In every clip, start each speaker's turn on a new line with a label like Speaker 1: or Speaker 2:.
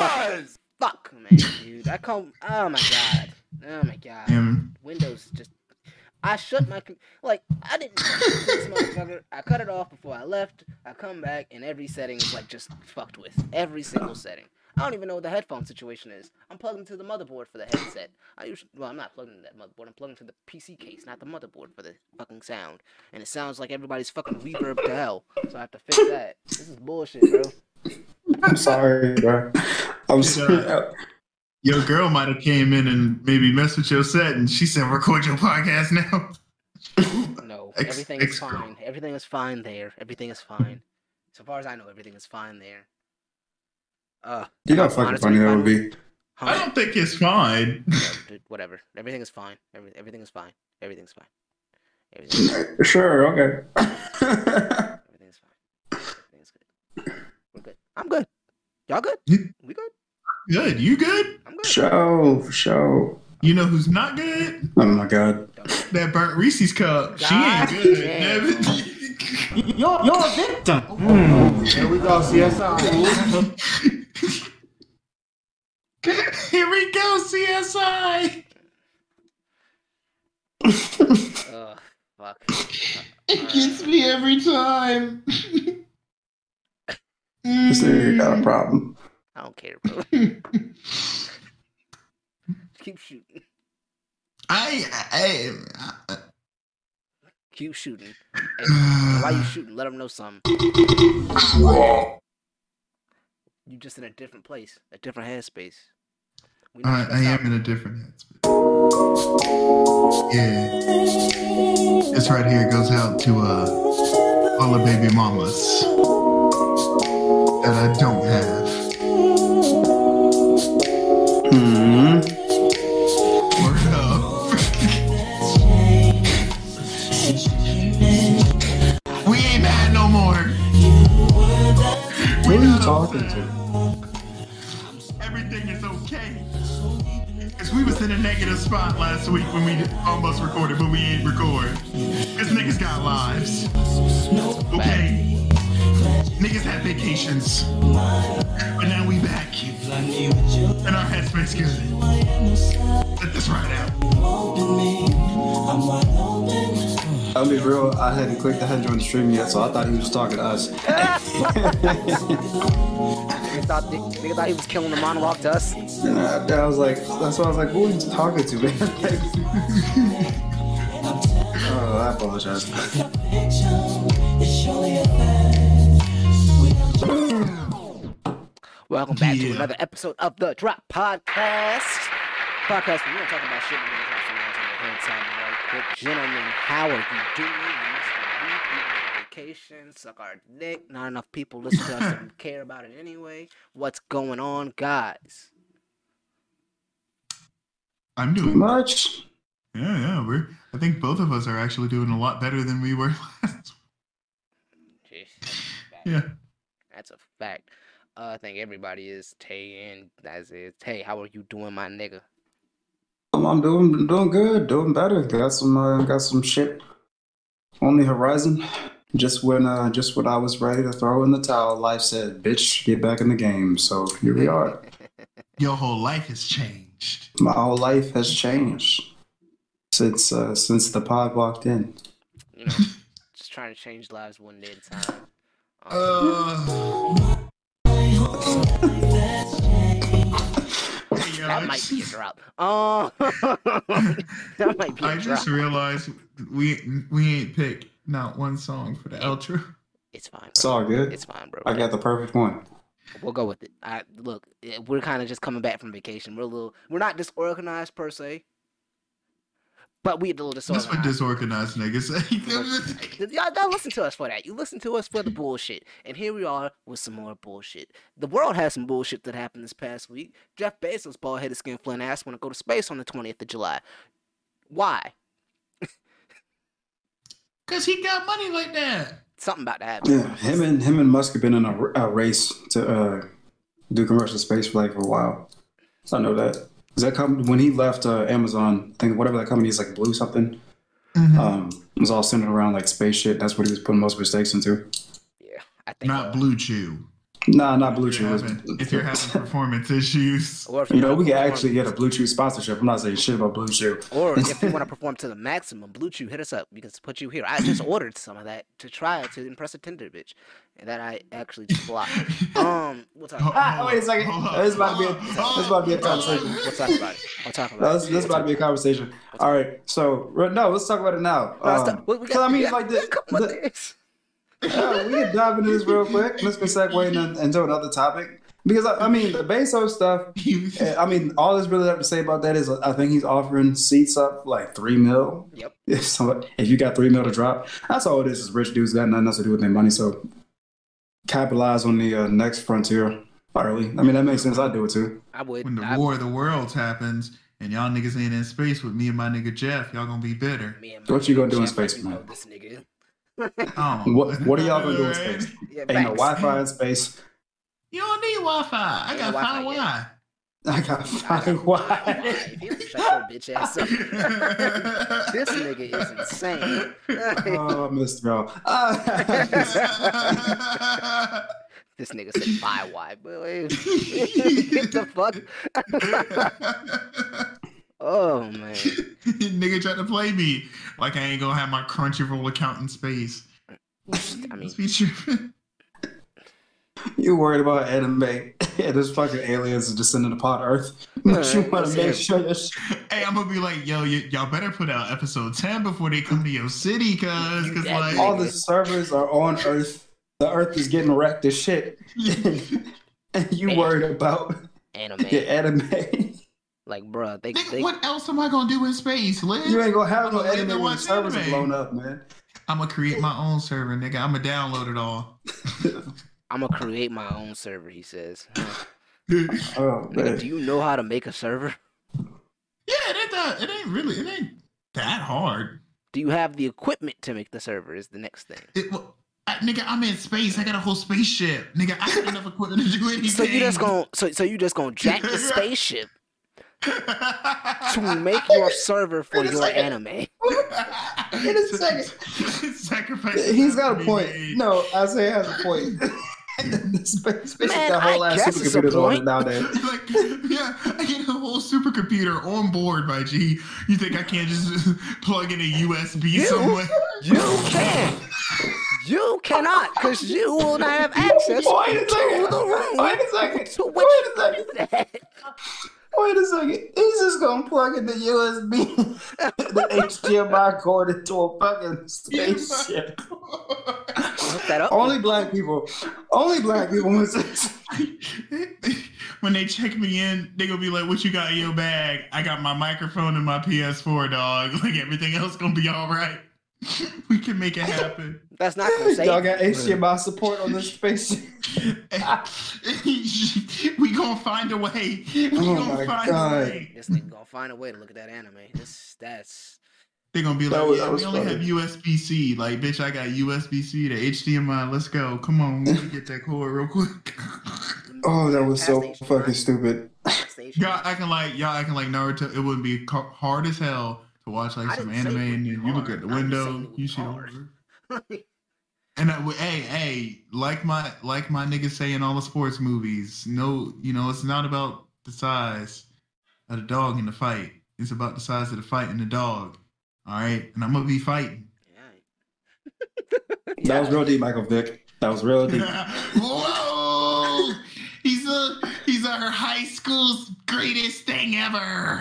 Speaker 1: Yes! Fuck, man, dude. I can't. Oh my god. Oh my god.
Speaker 2: Damn.
Speaker 1: Windows just. I shut my com- like I didn't this motherfucker. I cut it off before I left. I come back and every setting is like just fucked with. Every single setting. I don't even know what the headphone situation is. I'm plugged into the motherboard for the headset. I usually well, I'm not plugged into that motherboard. I'm plugged into the PC case, not the motherboard for the fucking sound. And it sounds like everybody's fucking reverb to hell. So I have to fix that. This is bullshit, bro.
Speaker 3: I'm sorry, bro. I'm
Speaker 2: It's
Speaker 3: sorry.
Speaker 2: Your girl might have came in and maybe messed with your set, and she said, "Record your podcast now."
Speaker 1: No,
Speaker 2: Ex-
Speaker 1: everything is
Speaker 2: extra.
Speaker 1: fine. Everything is fine there. Everything is fine. So far as I know, everything is fine there. Uh,
Speaker 3: You know how fucking
Speaker 1: Honestly,
Speaker 3: funny
Speaker 1: if I
Speaker 3: that would
Speaker 1: were-
Speaker 3: be.
Speaker 2: I
Speaker 1: huh?
Speaker 2: don't think it's fine.
Speaker 1: Dude, whatever. Everything is fine. Every, everything is fine. Everything's fine. Everything's fine.
Speaker 3: Sure, okay.
Speaker 1: Everything's fine. Everything's good. We're good. I'm good. Y'all good?
Speaker 2: Yeah.
Speaker 1: We good?
Speaker 2: good. You good?
Speaker 1: I'm good.
Speaker 3: show, show.
Speaker 2: You know who's not good?
Speaker 3: Oh my god.
Speaker 1: Don't worry.
Speaker 2: That burnt Reese's cup. She ain't
Speaker 1: God
Speaker 2: good.
Speaker 1: damn.
Speaker 2: Nevin.
Speaker 4: You're, you're a victim.
Speaker 5: Here we go, CSI.
Speaker 2: Here we go, CSI.
Speaker 1: Ugh, fuck.
Speaker 2: It gets me every time.
Speaker 3: This nigga got a uh, problem.
Speaker 1: I don't care, bro. Keep shooting.
Speaker 2: I, I, I,
Speaker 1: Keep shooting.
Speaker 2: I
Speaker 1: Why you shooting? Let them know something. You just in a different place, a different headspace. We
Speaker 2: I,
Speaker 1: not
Speaker 2: I am in a different headspace. Yeah. This right here goes out to uh, all the baby mamas that I don't have.
Speaker 3: hmm
Speaker 2: Word up. we ain't mad no more.
Speaker 3: Who are you talking to?
Speaker 2: Everything is okay. Cause we was in a negative spot last week when we almost recorded, but we ain't record. Cause niggas got lives. Okay. Niggas had vacations. But now we back. And our headspace good. Let this ride out.
Speaker 3: I'll be real, I hadn't clicked, I hadn't joined the stream yet, so I thought he was talking to us.
Speaker 1: Nigga thought, nigga thought he was killing the monologue to us.
Speaker 3: And I, I was like, that's why I was like, who are you talking to, man? Like- oh, I apologize.
Speaker 1: Welcome back to
Speaker 2: Yeah.
Speaker 1: another episode of the Drop Podcast. Podcast, we're gonna talk about shit. We're gonna talk some nonsense on the hand time, right? But gentlemen, how are you doing? You missed a week. You went on vacation. Suck our dick. Not enough people listen to us and care about it anyway. What's going on, guys?
Speaker 2: I'm doing
Speaker 3: Much?
Speaker 2: Yeah, yeah. We're I think both of us are actually doing a lot better than we were last
Speaker 1: Jeez, that's a fact.
Speaker 2: Yeah.
Speaker 1: That's a fact. Uh, I think everybody is Tay and that's it. Tay, how are you doing, my nigga?
Speaker 3: I'm, I'm doing doing good, doing better. Got some uh, got some shit on the horizon. Just when uh, just when I was ready to throw in the towel, life said, "Bitch, get back in the game." So here we are.
Speaker 2: Your whole life has changed.
Speaker 3: My whole life has changed since uh, since the pod walked in.
Speaker 1: You know, just trying to change lives one day at a time. Um,
Speaker 2: Uh, Hey, yo, I
Speaker 1: that might be a
Speaker 2: just-
Speaker 1: drop. Oh, that might be a
Speaker 2: I
Speaker 1: drop.
Speaker 2: just realized we we ain't picked not one song for the outro.
Speaker 1: It's fine.
Speaker 3: It's
Speaker 1: bro.
Speaker 3: all good.
Speaker 1: It's fine, bro.
Speaker 3: I got the perfect one.
Speaker 1: We'll go with it. I look. eh, We're kind of just coming back from vacation. We're a little. We're not disorganized per se, but we a little
Speaker 2: That's what
Speaker 1: disorganized.
Speaker 2: disorganized niggas say.
Speaker 1: Y'all don't listen to us for that. You listen to us for the bullshit. And here we are with some more bullshit. The world has some bullshit that happened this past week. Jeff Bezos, bald headed skin flint ass, want to go to space on the 20th of July. Why?
Speaker 2: Cause he got money like that.
Speaker 1: Something about to happen.
Speaker 3: Yeah, him and him and Musk have been in a, r- a race to uh, do commercial space for like for a while. I know that. Is that company when he left uh, Amazon? I think whatever that company is like Blue something.
Speaker 1: Mm-hmm.
Speaker 2: Mhm.
Speaker 3: Um, it was all centered around like space shit. That's what he was putting most of his stakes into.
Speaker 1: Yeah, I think.
Speaker 2: Not blue chew.
Speaker 3: Nah, not Blue
Speaker 2: If you're
Speaker 3: Chew. it's-
Speaker 2: having, if you're having performance issues,
Speaker 1: Or if
Speaker 3: You know, we
Speaker 1: wanna
Speaker 3: can
Speaker 1: perform-
Speaker 3: actually get a Blue Chew sponsorship. I'm not saying shit about Blue Chew.
Speaker 1: Or if you want to perform to the maximum, Blue Chew, hit us up. We can put you here. I just ordered some of that to try to impress a Tinder bitch, and that I actually just blocked. Um, we'll talk. About
Speaker 3: Ah, wait a second.
Speaker 2: Hold
Speaker 3: This is about to be a,
Speaker 2: hold
Speaker 3: this is about to be a conversation.
Speaker 1: it. We'll talk about it. I'll talk
Speaker 3: No,
Speaker 1: about
Speaker 3: this,
Speaker 1: it.
Speaker 3: this is about to be a conversation. All right, so right, no, let's talk about it now.
Speaker 1: No, it's
Speaker 3: Um,
Speaker 1: not- we- we
Speaker 3: 'cause
Speaker 1: got-
Speaker 3: I mean,
Speaker 1: we got
Speaker 3: like
Speaker 1: a couple of
Speaker 3: the,
Speaker 1: days.
Speaker 3: the yeah, we can dive into this real quick. Let's go segue into, into another topic because I, I mean the Bezos stuff.
Speaker 2: You-
Speaker 3: eh, I mean, all that's really have to say about that is I think he's offering seats up like three mil.
Speaker 1: Yep.
Speaker 3: If so, if you got three mil to drop, that's all it is. Is rich dudes got nothing else to do with their money. So capitalize on the uh, next frontier. Early. I mean, that makes sense. I do it too.
Speaker 1: I would.
Speaker 2: when the
Speaker 1: I,
Speaker 2: war of the worlds happens and y'all niggas ain't in space with me and my nigga Jeff, y'all gonna be bitter.
Speaker 1: me and
Speaker 3: What you gonna do in
Speaker 1: Jeff, like,
Speaker 3: space,
Speaker 1: you know
Speaker 3: man?
Speaker 1: This nigga.
Speaker 2: Oh,
Speaker 3: What What are y'all gonna do in
Speaker 2: Right?
Speaker 3: space?
Speaker 1: Yeah,
Speaker 3: Ain't no
Speaker 1: facts.
Speaker 3: Wi-Fi in space.
Speaker 2: You don't need Wi-Fi. I
Speaker 1: Ain't
Speaker 2: got
Speaker 1: no Wi-Fi yet.
Speaker 2: five Wi.
Speaker 3: I got fucking why.
Speaker 1: If you shut your bitch ass up. This nigga is insane.
Speaker 3: Oh, Mr. Bro. Uh,
Speaker 1: this nigga said bye why, boy. Get the fuck. Oh man.
Speaker 2: nigga tried to play me like I ain't gonna have my Crunchyroll account in space.
Speaker 1: I mean,
Speaker 2: Let's be tripping.
Speaker 3: you worried about anime. Yeah, there's fucking aliens descending upon Earth. But you
Speaker 1: Alright,
Speaker 3: want
Speaker 1: let's
Speaker 3: to
Speaker 1: hear
Speaker 3: make
Speaker 1: it.
Speaker 3: sure your shit.
Speaker 2: Hey, I'm gonna be like, yo, y- y'all better put out episode 10 before they come to your city, cuz. Cause,
Speaker 1: That
Speaker 2: like,
Speaker 3: All the servers are on Earth. The Earth is getting wrecked as shit. and you
Speaker 1: Man.
Speaker 3: worried about
Speaker 1: anime.
Speaker 3: your anime.
Speaker 1: Like, bruh, they,
Speaker 2: Nigga,
Speaker 1: they
Speaker 2: what else am I gonna do in space, Liz?
Speaker 3: You ain't gonna have no
Speaker 2: I'ma live and
Speaker 3: anime when the
Speaker 2: watch
Speaker 3: servers are
Speaker 2: anime.
Speaker 3: blown up, man.
Speaker 2: I'm gonna create my own server, nigga. I'm gonna download it all.
Speaker 1: I'm gonna create my own server. He says. Huh.
Speaker 3: Oh
Speaker 1: Nigga, do
Speaker 3: man.
Speaker 1: you know how to make a server?
Speaker 2: yeah, it ain't that. It ain't really. It ain't that hard.
Speaker 1: Do you have the equipment to make the server? Is the next thing.
Speaker 2: It, well, I, nigga, I'm in space. I got a whole spaceship, nigga. I got enough equipment to do anything.
Speaker 1: So you just gonna so so you just gonna jack the spaceship to make your server for
Speaker 3: Wait a
Speaker 1: your
Speaker 3: second.
Speaker 1: anime.
Speaker 3: In a second.
Speaker 2: Sacrifice.
Speaker 3: He's
Speaker 2: has
Speaker 3: got a
Speaker 2: to be
Speaker 3: point.
Speaker 2: made.
Speaker 3: No, I say he has a point. the space, space
Speaker 1: Man,
Speaker 3: got whole
Speaker 1: I
Speaker 3: ass
Speaker 1: guess it's a
Speaker 3: supercomputers on it
Speaker 1: point.
Speaker 3: nowadays.
Speaker 2: like, yeah, I get a whole supercomputer on board, my G. You think I can't just plug in a USB somewhere?
Speaker 1: You can. You cannot, because you will not have access
Speaker 3: Wait a
Speaker 1: to
Speaker 3: second.
Speaker 1: the room.
Speaker 3: Wait a second.
Speaker 1: To which
Speaker 3: Wait a
Speaker 1: you
Speaker 3: second.
Speaker 1: do that.
Speaker 3: Wait a second. He's just gonna plug in the USB, the HDMI cord into a fucking spaceship.
Speaker 1: Look that up.
Speaker 3: only black people. Only black people. want to-
Speaker 2: when they check me in, they gonna be like, "What you got in your bag?" I got my microphone and my PS4, dog. Like everything else gonna be all right. we can make it happen.
Speaker 1: That's not gonna say.
Speaker 3: Y'all got HDMI support on this spaceship.
Speaker 2: we gonna find a way. We
Speaker 3: Oh my
Speaker 2: gonna find
Speaker 3: God.
Speaker 2: a way.
Speaker 1: This nigga gonna find a way to look at that anime. This that's
Speaker 2: They gonna be
Speaker 3: That
Speaker 2: like,
Speaker 3: was-
Speaker 2: "Yeah,
Speaker 3: that
Speaker 2: we
Speaker 3: was
Speaker 2: only
Speaker 3: funny.
Speaker 2: have USB C." Like, bitch, I got USB C to HDMI. Let's go. Come on, we can get that cord real quick.
Speaker 3: Oh, that was
Speaker 1: Pass
Speaker 3: so
Speaker 1: the HDMI.
Speaker 3: fucking stupid.
Speaker 1: Pass the HDMI.
Speaker 2: y'all acting like y'all acting like Naruto. It would be ca- hard as hell to watch like
Speaker 1: I
Speaker 2: some
Speaker 1: didn't say it
Speaker 2: anime,
Speaker 1: would
Speaker 2: and
Speaker 1: be
Speaker 2: then you look
Speaker 1: hard.
Speaker 2: at the
Speaker 1: I'm just saying
Speaker 2: window,
Speaker 1: it would
Speaker 2: you
Speaker 1: be
Speaker 2: see the
Speaker 1: hard.
Speaker 2: over. And I, would- hey, hey, like my like my niggas say in all the sports movies, no, you know, it's not about the size of the dog in the fight. It's about the size of the fight and the dog. All right, and I'm gonna be fighting.
Speaker 1: Yeah.
Speaker 3: That was real deep, Michael Vick. That was real deep.
Speaker 2: Whoa! He's a he's our high school's greatest thing ever.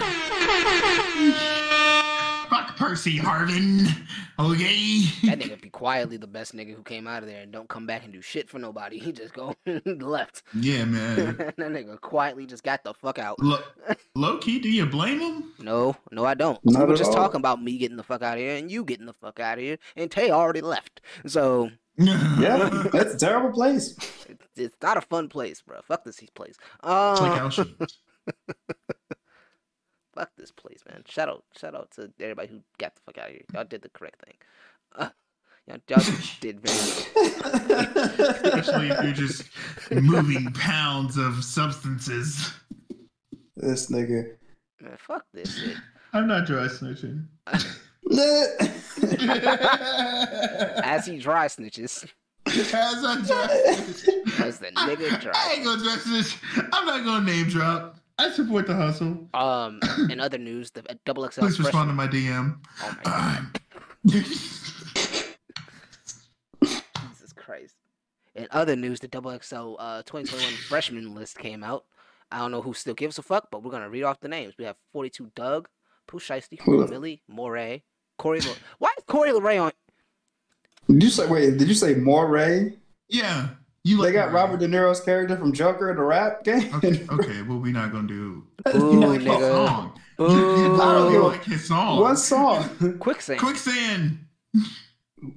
Speaker 2: Fuck Percy Harvin.
Speaker 1: That
Speaker 2: Okay.
Speaker 1: nigga be quietly the best nigga who came out of there and don't come back and do shit for nobody. He just go left.
Speaker 2: Yeah, man.
Speaker 3: Mm-hmm.
Speaker 1: that nigga quietly just got the fuck out.
Speaker 2: Look, low key, do you blame him?
Speaker 1: No, no, I don't. we
Speaker 3: Not
Speaker 1: were
Speaker 3: at
Speaker 1: just
Speaker 3: all.
Speaker 1: talking about me getting the fuck out of here and you getting the fuck out of here, and Tay already left. So
Speaker 3: Yeah, that's a terrible place.
Speaker 1: it- it's not a fun place, bro. Fuck this place.
Speaker 2: Click
Speaker 1: Um,
Speaker 2: out shit.
Speaker 1: fuck this place, man. Shout out, shout out to everybody who got the fuck out of here. Y'all did the correct thing. Uh, y'all, y'all did very well.
Speaker 2: Especially if you're just moving pounds of substances.
Speaker 3: this nigga.
Speaker 1: Man, fuck this shit.
Speaker 2: I'm not dry snitching.
Speaker 3: Nah.
Speaker 1: As he dry snitches.
Speaker 2: As I dress.
Speaker 1: As the nigga drop.
Speaker 2: I ain't gonna dress this. I'm not gonna name drop. I support the hustle.
Speaker 1: Um, in other news, the double XL.
Speaker 2: Please
Speaker 1: fresh-
Speaker 2: respond to my DM.
Speaker 1: Oh my God,
Speaker 2: Uh,
Speaker 1: Jesus Christ! In other news, the double XL uh, 2021 freshman list came out. I don't know who still gives a fuck, but we're gonna read off the names. We have 42 Doug, Pooh Shiesty,
Speaker 3: Who?
Speaker 1: Millie Moray, Corey. Lo- Why is Corey Leray on?
Speaker 3: Did you say wait? Did you say Moray?
Speaker 2: yeah, you.
Speaker 3: They
Speaker 2: like
Speaker 3: got
Speaker 2: mine.
Speaker 3: Robert De Niro's character from Joker in the rap game.
Speaker 2: Okay, okay, well we not gonna do.
Speaker 1: Ooh,
Speaker 2: like his
Speaker 1: nigga.
Speaker 2: song. You, you literally
Speaker 3: Ooh.
Speaker 2: like his song.
Speaker 3: What song?
Speaker 1: Quicksand.
Speaker 2: Quicksand.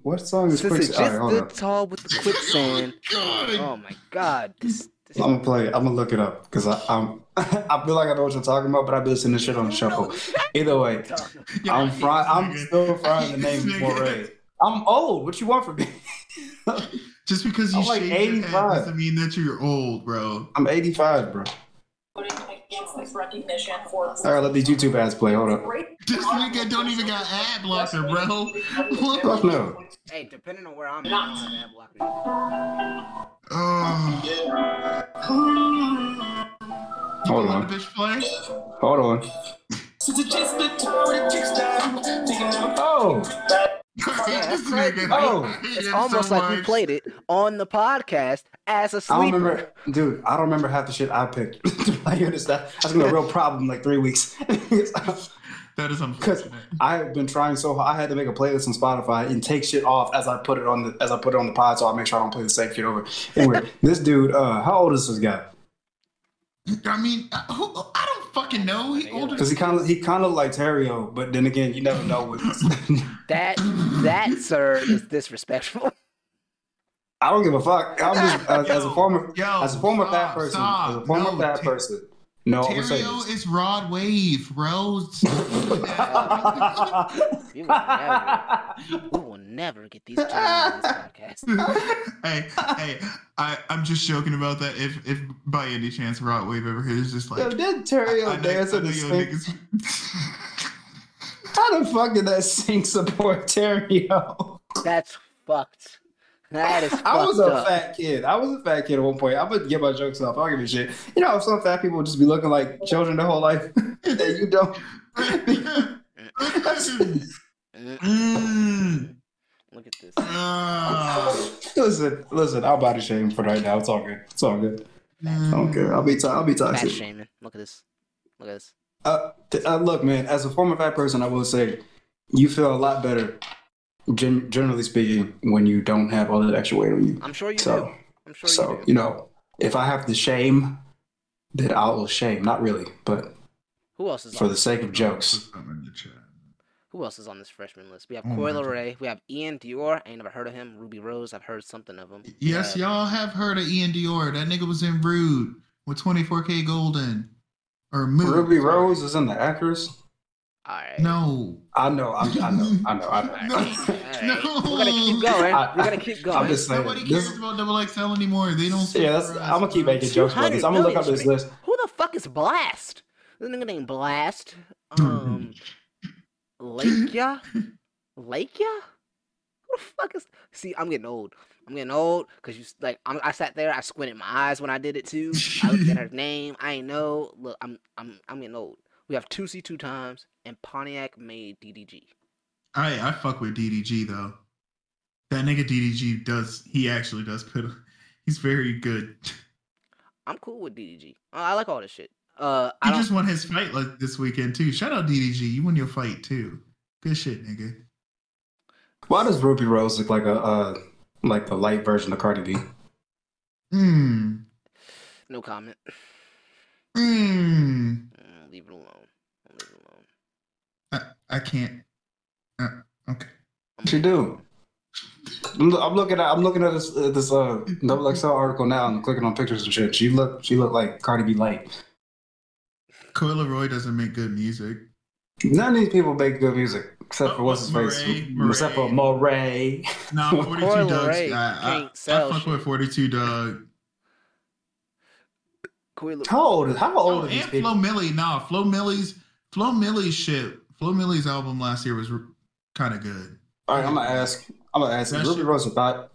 Speaker 3: what song is
Speaker 1: Since it's just
Speaker 3: Quicksand? All right, hold
Speaker 1: the
Speaker 3: up.
Speaker 1: tall with the quicksand.
Speaker 2: God.
Speaker 1: Oh my god. This, this
Speaker 3: I'm gonna play. it. I'm gonna look it up because I I'm, I feel like I know what you're talking about, but I've been listening to shit on the shuffle. Either way,
Speaker 2: Yeah, I
Speaker 3: I'm
Speaker 2: hate this
Speaker 3: fry, I'm
Speaker 2: nigga. I
Speaker 3: still frying
Speaker 2: hate
Speaker 3: the
Speaker 2: this
Speaker 3: name
Speaker 2: nigga.
Speaker 3: Moray. I'm old. What you want from me?
Speaker 2: Just because you
Speaker 3: I'm like
Speaker 2: shave your head
Speaker 3: 85.
Speaker 2: doesn't mean that you're old, bro.
Speaker 3: I'm 85, bro. All right, let these YouTube ads play. Hold up.
Speaker 2: This nigga don't even got ad blocker, bro.
Speaker 3: Fuck no.
Speaker 1: hey, depending on where I'm at, I'm on that block now.
Speaker 2: Oh,
Speaker 3: Hold
Speaker 2: let the
Speaker 3: on.
Speaker 2: bitch play.
Speaker 3: Hold on. Oh,
Speaker 2: this nigga.
Speaker 3: Oh,
Speaker 2: I hate
Speaker 1: It's
Speaker 2: him
Speaker 1: almost
Speaker 2: so
Speaker 1: like we
Speaker 2: much.
Speaker 1: played it on the podcast as a
Speaker 3: I don't
Speaker 1: sleeper.
Speaker 3: remember, dude. I don't remember half the shit I picked. I understand. That's gonna be a real problem in like three weeks.
Speaker 2: That is
Speaker 3: Because
Speaker 2: unfortunate.
Speaker 3: I have been trying so hard. I had to make a playlist on Spotify and take shit off as I put it on the as I put it on the pod, so I make sure I don't play the same shit over. Anyway, this dude, uh, how old is this guy?
Speaker 2: I mean, I, who, I don't fucking know. He older.
Speaker 3: Because he kind of he kind of like Terrio, but then again, you never know. With
Speaker 1: That that sir is disrespectful.
Speaker 3: I don't give a fuck. I'm just as, as a
Speaker 2: Yo,
Speaker 3: former
Speaker 2: yo,
Speaker 3: as a former
Speaker 2: stop,
Speaker 3: fat person,
Speaker 2: stop.
Speaker 3: as a former
Speaker 2: No,
Speaker 3: fat
Speaker 2: Ter-
Speaker 3: person. No, I'm gonna say
Speaker 2: Terrio
Speaker 3: this.
Speaker 2: is Rod Wave, bro. Stop doing that.
Speaker 1: We will never, we will never get these children on this podcast.
Speaker 2: hey, hey, I, I'm just joking about that. If if by any chance Rod Wave ever hears this,
Speaker 3: Yo,
Speaker 2: like,
Speaker 3: did
Speaker 2: I
Speaker 3: Terrio
Speaker 2: know-
Speaker 3: dance
Speaker 2: I
Speaker 3: in
Speaker 2: know
Speaker 3: the
Speaker 2: y'all
Speaker 3: sink?
Speaker 2: niggas-
Speaker 3: How the fuck did that sink support Terrio?
Speaker 1: That's fucked. That is fucked
Speaker 3: I was a
Speaker 1: up.
Speaker 3: fat kid. I was a fat kid at one point. I'm gonna get my jokes off. I don't give a shit. You know, some fat people just be looking like children their whole life. and you don't.
Speaker 1: Mm,
Speaker 2: Mm,
Speaker 1: Look at this.
Speaker 2: ah,
Speaker 3: listen, listen. I'm body shaming for right now. It's all good. It's all good. I don't care. I'll be. T- I'll be
Speaker 1: Fat
Speaker 3: toxic.
Speaker 1: shaming. Look at this. Look at this.
Speaker 3: Uh, t- uh, look, man. As a former fat person, I will say, you feel a lot better, gen- generally speaking, when you don't have all that extra weight on you.
Speaker 1: I'm sure you
Speaker 3: So-
Speaker 1: do. I'm sure
Speaker 3: So
Speaker 1: you do.
Speaker 3: you know, if I have to shame, then I will shame. Not really, but
Speaker 1: Who else is
Speaker 3: for
Speaker 1: on
Speaker 3: the
Speaker 1: this?
Speaker 3: sake of jokes.
Speaker 2: I'm in the chat.
Speaker 1: Who else is on this freshman list? We have
Speaker 2: Oh my
Speaker 1: Coil
Speaker 2: God.
Speaker 1: Ray. We have Ian Dior. I ain't never heard of him. Ruby Rose. I've heard something of him. We
Speaker 2: Yes,
Speaker 1: have-
Speaker 2: y'all have heard of Ian Dior. That nigga was in Rude with 24K Golden. Or Mood.
Speaker 3: Ruby Rose is in the actress.
Speaker 1: All right.
Speaker 2: No.
Speaker 3: I know, I'm, I know, I know, I
Speaker 1: All
Speaker 3: know.
Speaker 1: right. All right.
Speaker 2: No.
Speaker 1: We're gonna keep going.
Speaker 3: I-
Speaker 1: We're gonna keep going.
Speaker 3: I'm just saying.
Speaker 2: Nobody
Speaker 3: this-
Speaker 2: cares about Double XL anymore. They don't.
Speaker 3: yeah, that's,
Speaker 2: support us,
Speaker 3: I'm gonna keep
Speaker 2: bro.
Speaker 3: making jokes about this. I'm gonna look up
Speaker 1: 200
Speaker 3: this list.
Speaker 1: Who the fuck is Blast? This nigga named Blast. Um, Lakya? Lakya? Who the fuck is. See, I'm getting old. I'm getting old because you, s- like, I'm, I sat there, I squinted my eyes when I did it too. I looked at her name. I ain't know. Look, I'm, I'm, I'm getting old. We have 2C two times, and Pontiac made DDG.
Speaker 2: I I fuck with DDG though. That nigga DDG does. He actually does put. He's very good.
Speaker 1: I'm cool with DDG. I, I like all this shit. Uh, I
Speaker 2: He
Speaker 1: don't,
Speaker 2: just won his fight like this weekend too. Shout out DDG. You won your fight too. Good shit, nigga.
Speaker 3: Why does Ruby Rose look like a uh, like the light version of Cardi B?
Speaker 2: Mmm.
Speaker 1: no comment.
Speaker 2: Mmm.
Speaker 1: Mm, leave it alone. I'll leave it alone.
Speaker 2: I, I can't. Uh, okay.
Speaker 1: I'm
Speaker 3: She do. I'm, lo- I'm looking at I'm looking at this uh, this uh double XL article now and clicking on pictures and shit. She look she look like Cardi B light.
Speaker 2: Coil Roy doesn't make good music.
Speaker 3: None of these people make good music except for what's his face,
Speaker 2: Murray, Murray.
Speaker 3: except for Moray.
Speaker 2: Nah, 42
Speaker 1: Coil
Speaker 2: Doug's.
Speaker 1: Ray
Speaker 2: I, I,
Speaker 1: can't
Speaker 2: I
Speaker 1: sell
Speaker 2: fuck with
Speaker 1: shit.
Speaker 2: 42 Doug.
Speaker 1: Coil-
Speaker 3: How old is how old
Speaker 2: Oh,
Speaker 3: are these
Speaker 2: and
Speaker 3: people?
Speaker 2: Flo Milli. Nah, Flo Milli's Flo Milli's shit. Flo Milli's album last year was kind of good.
Speaker 3: All right, I'm gonna ask. I'm gonna ask.
Speaker 2: That
Speaker 3: Is Ruby
Speaker 2: shit-
Speaker 3: Rose a thought?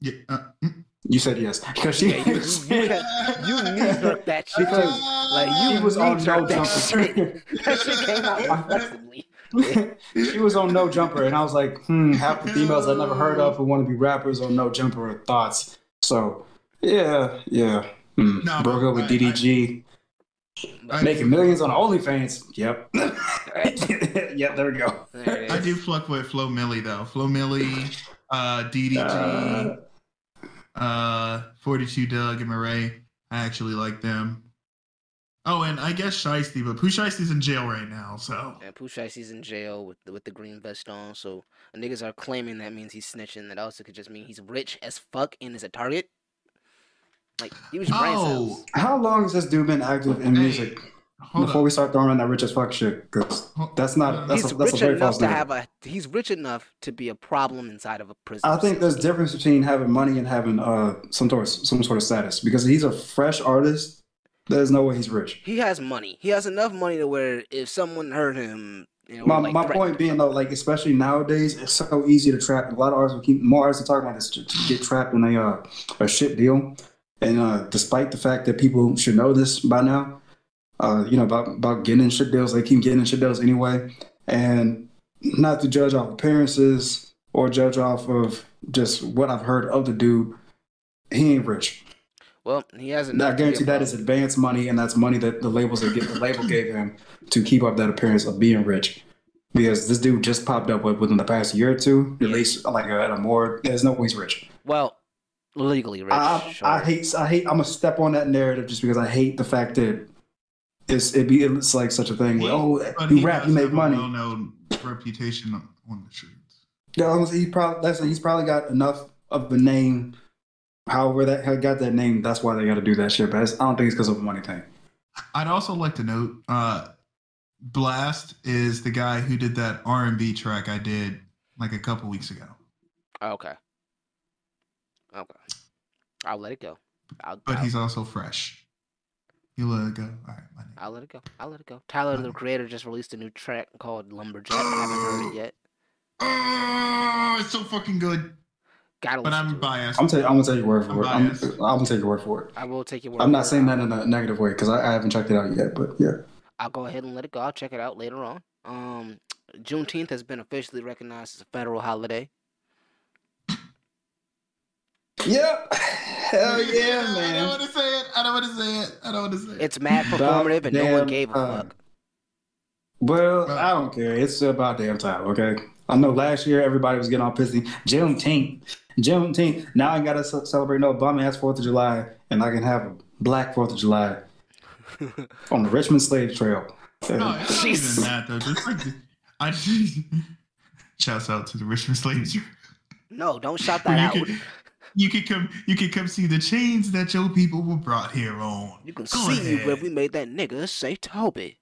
Speaker 2: Yeah, uh, mm.
Speaker 3: You said yes because she.
Speaker 1: Yeah, you, you, you, had- you knee-jerked that shit.
Speaker 3: Because
Speaker 1: like you
Speaker 3: she was on
Speaker 1: knee-jerked
Speaker 3: no
Speaker 1: that
Speaker 3: jumper.
Speaker 1: shit. That shit came out reflexively.
Speaker 3: she was on no jumper, and I was like, hmm, half the females I never heard of who want to be rappers on no jumper are thoughts. So, yeah, yeah. Hmm.
Speaker 2: No,
Speaker 3: Broke up with
Speaker 2: I-
Speaker 3: DDG,
Speaker 2: I-
Speaker 3: making millions on OnlyFans. Yep. yep. There we go.
Speaker 1: There it
Speaker 2: I
Speaker 1: is.
Speaker 2: do fuck with Flo Millie though. Flo Millie, uh, DDG, uh, 42 Doug and Murray. I actually like them. Oh, and I guess Shiesty, but Pooh Shiesty's in jail right now, so
Speaker 1: And Pooh Shiesty's in jail with the, with the green vest on, so niggas are claiming that means he's snitching. That also could just mean he's rich as fuck and is a target. Like he was brain
Speaker 2: Oh,
Speaker 1: cells.
Speaker 3: How long has this dude been active in
Speaker 2: Hey,
Speaker 3: music?
Speaker 2: hold
Speaker 3: Before
Speaker 2: up.
Speaker 3: we start throwing in that rich as fuck shit, because
Speaker 2: Hold-
Speaker 3: that's not that's
Speaker 1: he's
Speaker 3: a, that's a
Speaker 1: rich
Speaker 3: very
Speaker 1: enough
Speaker 3: false
Speaker 1: to
Speaker 3: narrative.
Speaker 1: have a he's rich enough to be a problem inside of a prison.
Speaker 3: I think there's difference between having money and having uh some sort of, some sort of status because he's a fresh artist. There's no way he's rich.
Speaker 1: he has money. He has enough money to where if someone hurt him, you know,
Speaker 3: My,
Speaker 1: like,
Speaker 3: my
Speaker 1: threaten
Speaker 3: point
Speaker 1: him.
Speaker 3: being though, like especially nowadays, it's so easy to trap. A lot of artists will keep more artists are talking about this to to get trapped in a uh, a shit deal. And uh, despite the fact that people should know this by now, uh, you know about about getting in shit deals, they keep getting in shit deals anyway. And not to judge off appearances or judge off of just what I've heard of the dude, he ain't rich.
Speaker 1: well, he has enough.
Speaker 3: I
Speaker 1: to be a
Speaker 3: guarantee that is
Speaker 1: problem.
Speaker 3: advance money, and that's money that the labels that get, the label gave him to keep up that appearance of being rich. Because this dude just popped up with, within the past year or two, at
Speaker 1: Yeah.
Speaker 3: least like uh, at a more. There's no way he's rich.
Speaker 1: well legally rich.
Speaker 3: I,
Speaker 1: sure.
Speaker 3: I hate. I hate. I'm gonna step on that narrative just because I hate the fact that it's it be it's like such a thing. Where, oh,
Speaker 2: But
Speaker 3: you rap,
Speaker 2: does
Speaker 3: you make
Speaker 2: have a
Speaker 3: money.
Speaker 2: well-known reputation on- on the streets.
Speaker 3: Yeah, I'm- he probably that's he's probably got enough of the name. However, that how he got that name. That's why they got to do that shit. But it's- I don't think it's because of a money thing.
Speaker 2: I'd also like to note, uh, Blast is the guy who did that R and B track I did like a couple weeks ago.
Speaker 1: Oh, Okay. Okay. I'll let it go. I'll,
Speaker 2: But
Speaker 1: I'll,
Speaker 2: he's also fresh. You let it go. All right, my nigga.
Speaker 1: I'll let it go. I'll let it go. Tyler, the creator, just released a new track called Lumberjack. I haven't heard it yet.
Speaker 2: Oh, it's so fucking good.
Speaker 1: Gotta
Speaker 2: But
Speaker 1: listen
Speaker 2: I'm
Speaker 1: to
Speaker 2: biased.
Speaker 3: I'm, ta- I'm gonna take your word
Speaker 2: I'm
Speaker 3: for it. I'm,
Speaker 2: biased.
Speaker 3: I'm gonna take your word for it.
Speaker 1: it. I will take your word.
Speaker 3: I'm
Speaker 1: for
Speaker 3: not
Speaker 1: it.
Speaker 3: saying that in a negative way because I, I haven't checked it out yet. But yeah,
Speaker 1: I'll go ahead and let it go. I'll check it out later on. Um, Juneteenth has been officially recognized as a federal holiday.
Speaker 3: yep, hell yeah,
Speaker 2: I don't want
Speaker 3: man.
Speaker 2: to say it. I don't want to say it. I don't want to say it.
Speaker 1: It's mad
Speaker 3: About
Speaker 1: performative, and no one
Speaker 3: damn
Speaker 1: gave a
Speaker 3: time.
Speaker 1: fuck.
Speaker 3: Well, I don't care. It's about damn time. Okay, I know last year everybody was getting all pissy. Juneteenth, Juneteenth. Now I gotta ce- celebrate no bum ass Fourth of July, and I can have a black Fourth of July on the Richmond Slave Trail.
Speaker 2: no, it's not
Speaker 1: Jesus.
Speaker 2: even that though. Just like I just shouts out to the Richmond Slaves.
Speaker 1: no, don't shout that
Speaker 2: You
Speaker 1: out.
Speaker 2: could, you could come. You could come see the chains that your people were brought here on.
Speaker 1: You can
Speaker 2: Go
Speaker 1: see where
Speaker 2: ahead.
Speaker 1: we made that nigga say Toby.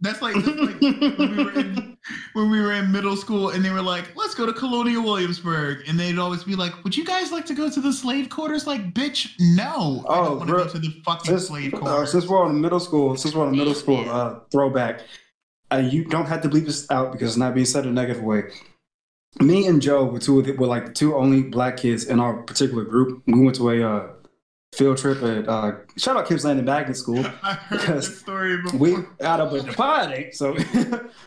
Speaker 2: That's like, that's like when, we were in, when we were in middle school and they were like, let's go to Colonial Williamsburg. And they'd always be like, would you guys like to go to the slave quarters? Like, bitch, no. I
Speaker 3: Oh,
Speaker 2: don't want to
Speaker 3: bro.
Speaker 2: go to the fucking
Speaker 3: since,
Speaker 2: slave
Speaker 3: uh,
Speaker 2: quarters.
Speaker 3: since we're on the middle school, since we're on the middle school uh, throwback, uh, you don't have to bleep this out because it's not being said in a negative way. Me and Joe were two of the, were like the two only black kids in our particular group. We went to a uh, field trip at uh, shout out Kips Landing back in school.
Speaker 2: I heard this story before.
Speaker 3: We out of a party, so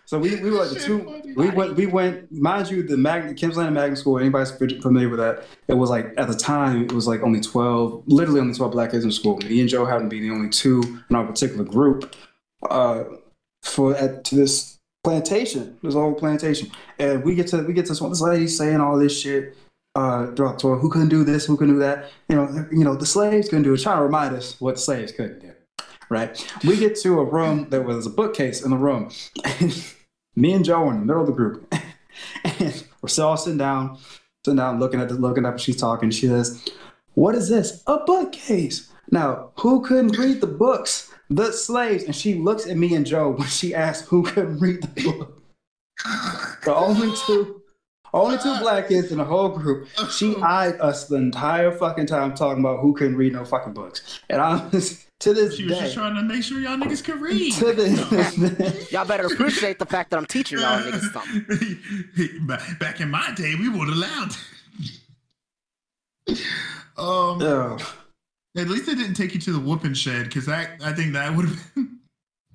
Speaker 3: so we, we were like the
Speaker 2: Shit,
Speaker 3: two.
Speaker 2: funny.
Speaker 3: We went we went mind you the Magnet Kips Landing Magnet School. Anybody's familiar with that? It was like at the time it was like only twelve, literally only twelve black kids in school. Me and Joe happened to be the only two in our particular group. Uh, for at to this plantation, this whole plantation, and we get to we get to this one. This lady saying all this shit uh, throughout the tour. Who couldn't do this? Who couldn't do that? You know, you know, the slaves couldn't do it. Trying to remind us what slaves couldn't do. Right? We get to a room that was a bookcase in the room. Me and Joe were in the middle of the group, and we're all sitting down, sitting down, looking at the looking up. and She's talking. She says, "What is this? A bookcase?" Now, who couldn't read the books? The slaves. And she looks at me and Joe when she asks who couldn't read the book. The only two, only two black kids in the whole group. She eyed us the entire fucking time talking about who couldn't read no fucking books. And I was to this
Speaker 2: She was
Speaker 3: day,
Speaker 2: just
Speaker 3: to
Speaker 2: trying to make sure y'all niggas could read.
Speaker 3: this day,
Speaker 1: Y'all better appreciate the fact that I'm teaching y'all niggas something.
Speaker 2: Back in my day, we weren't allowed. Um,
Speaker 3: Yeah.
Speaker 2: At least they didn't take you to the whooping shed because that I think that would have been.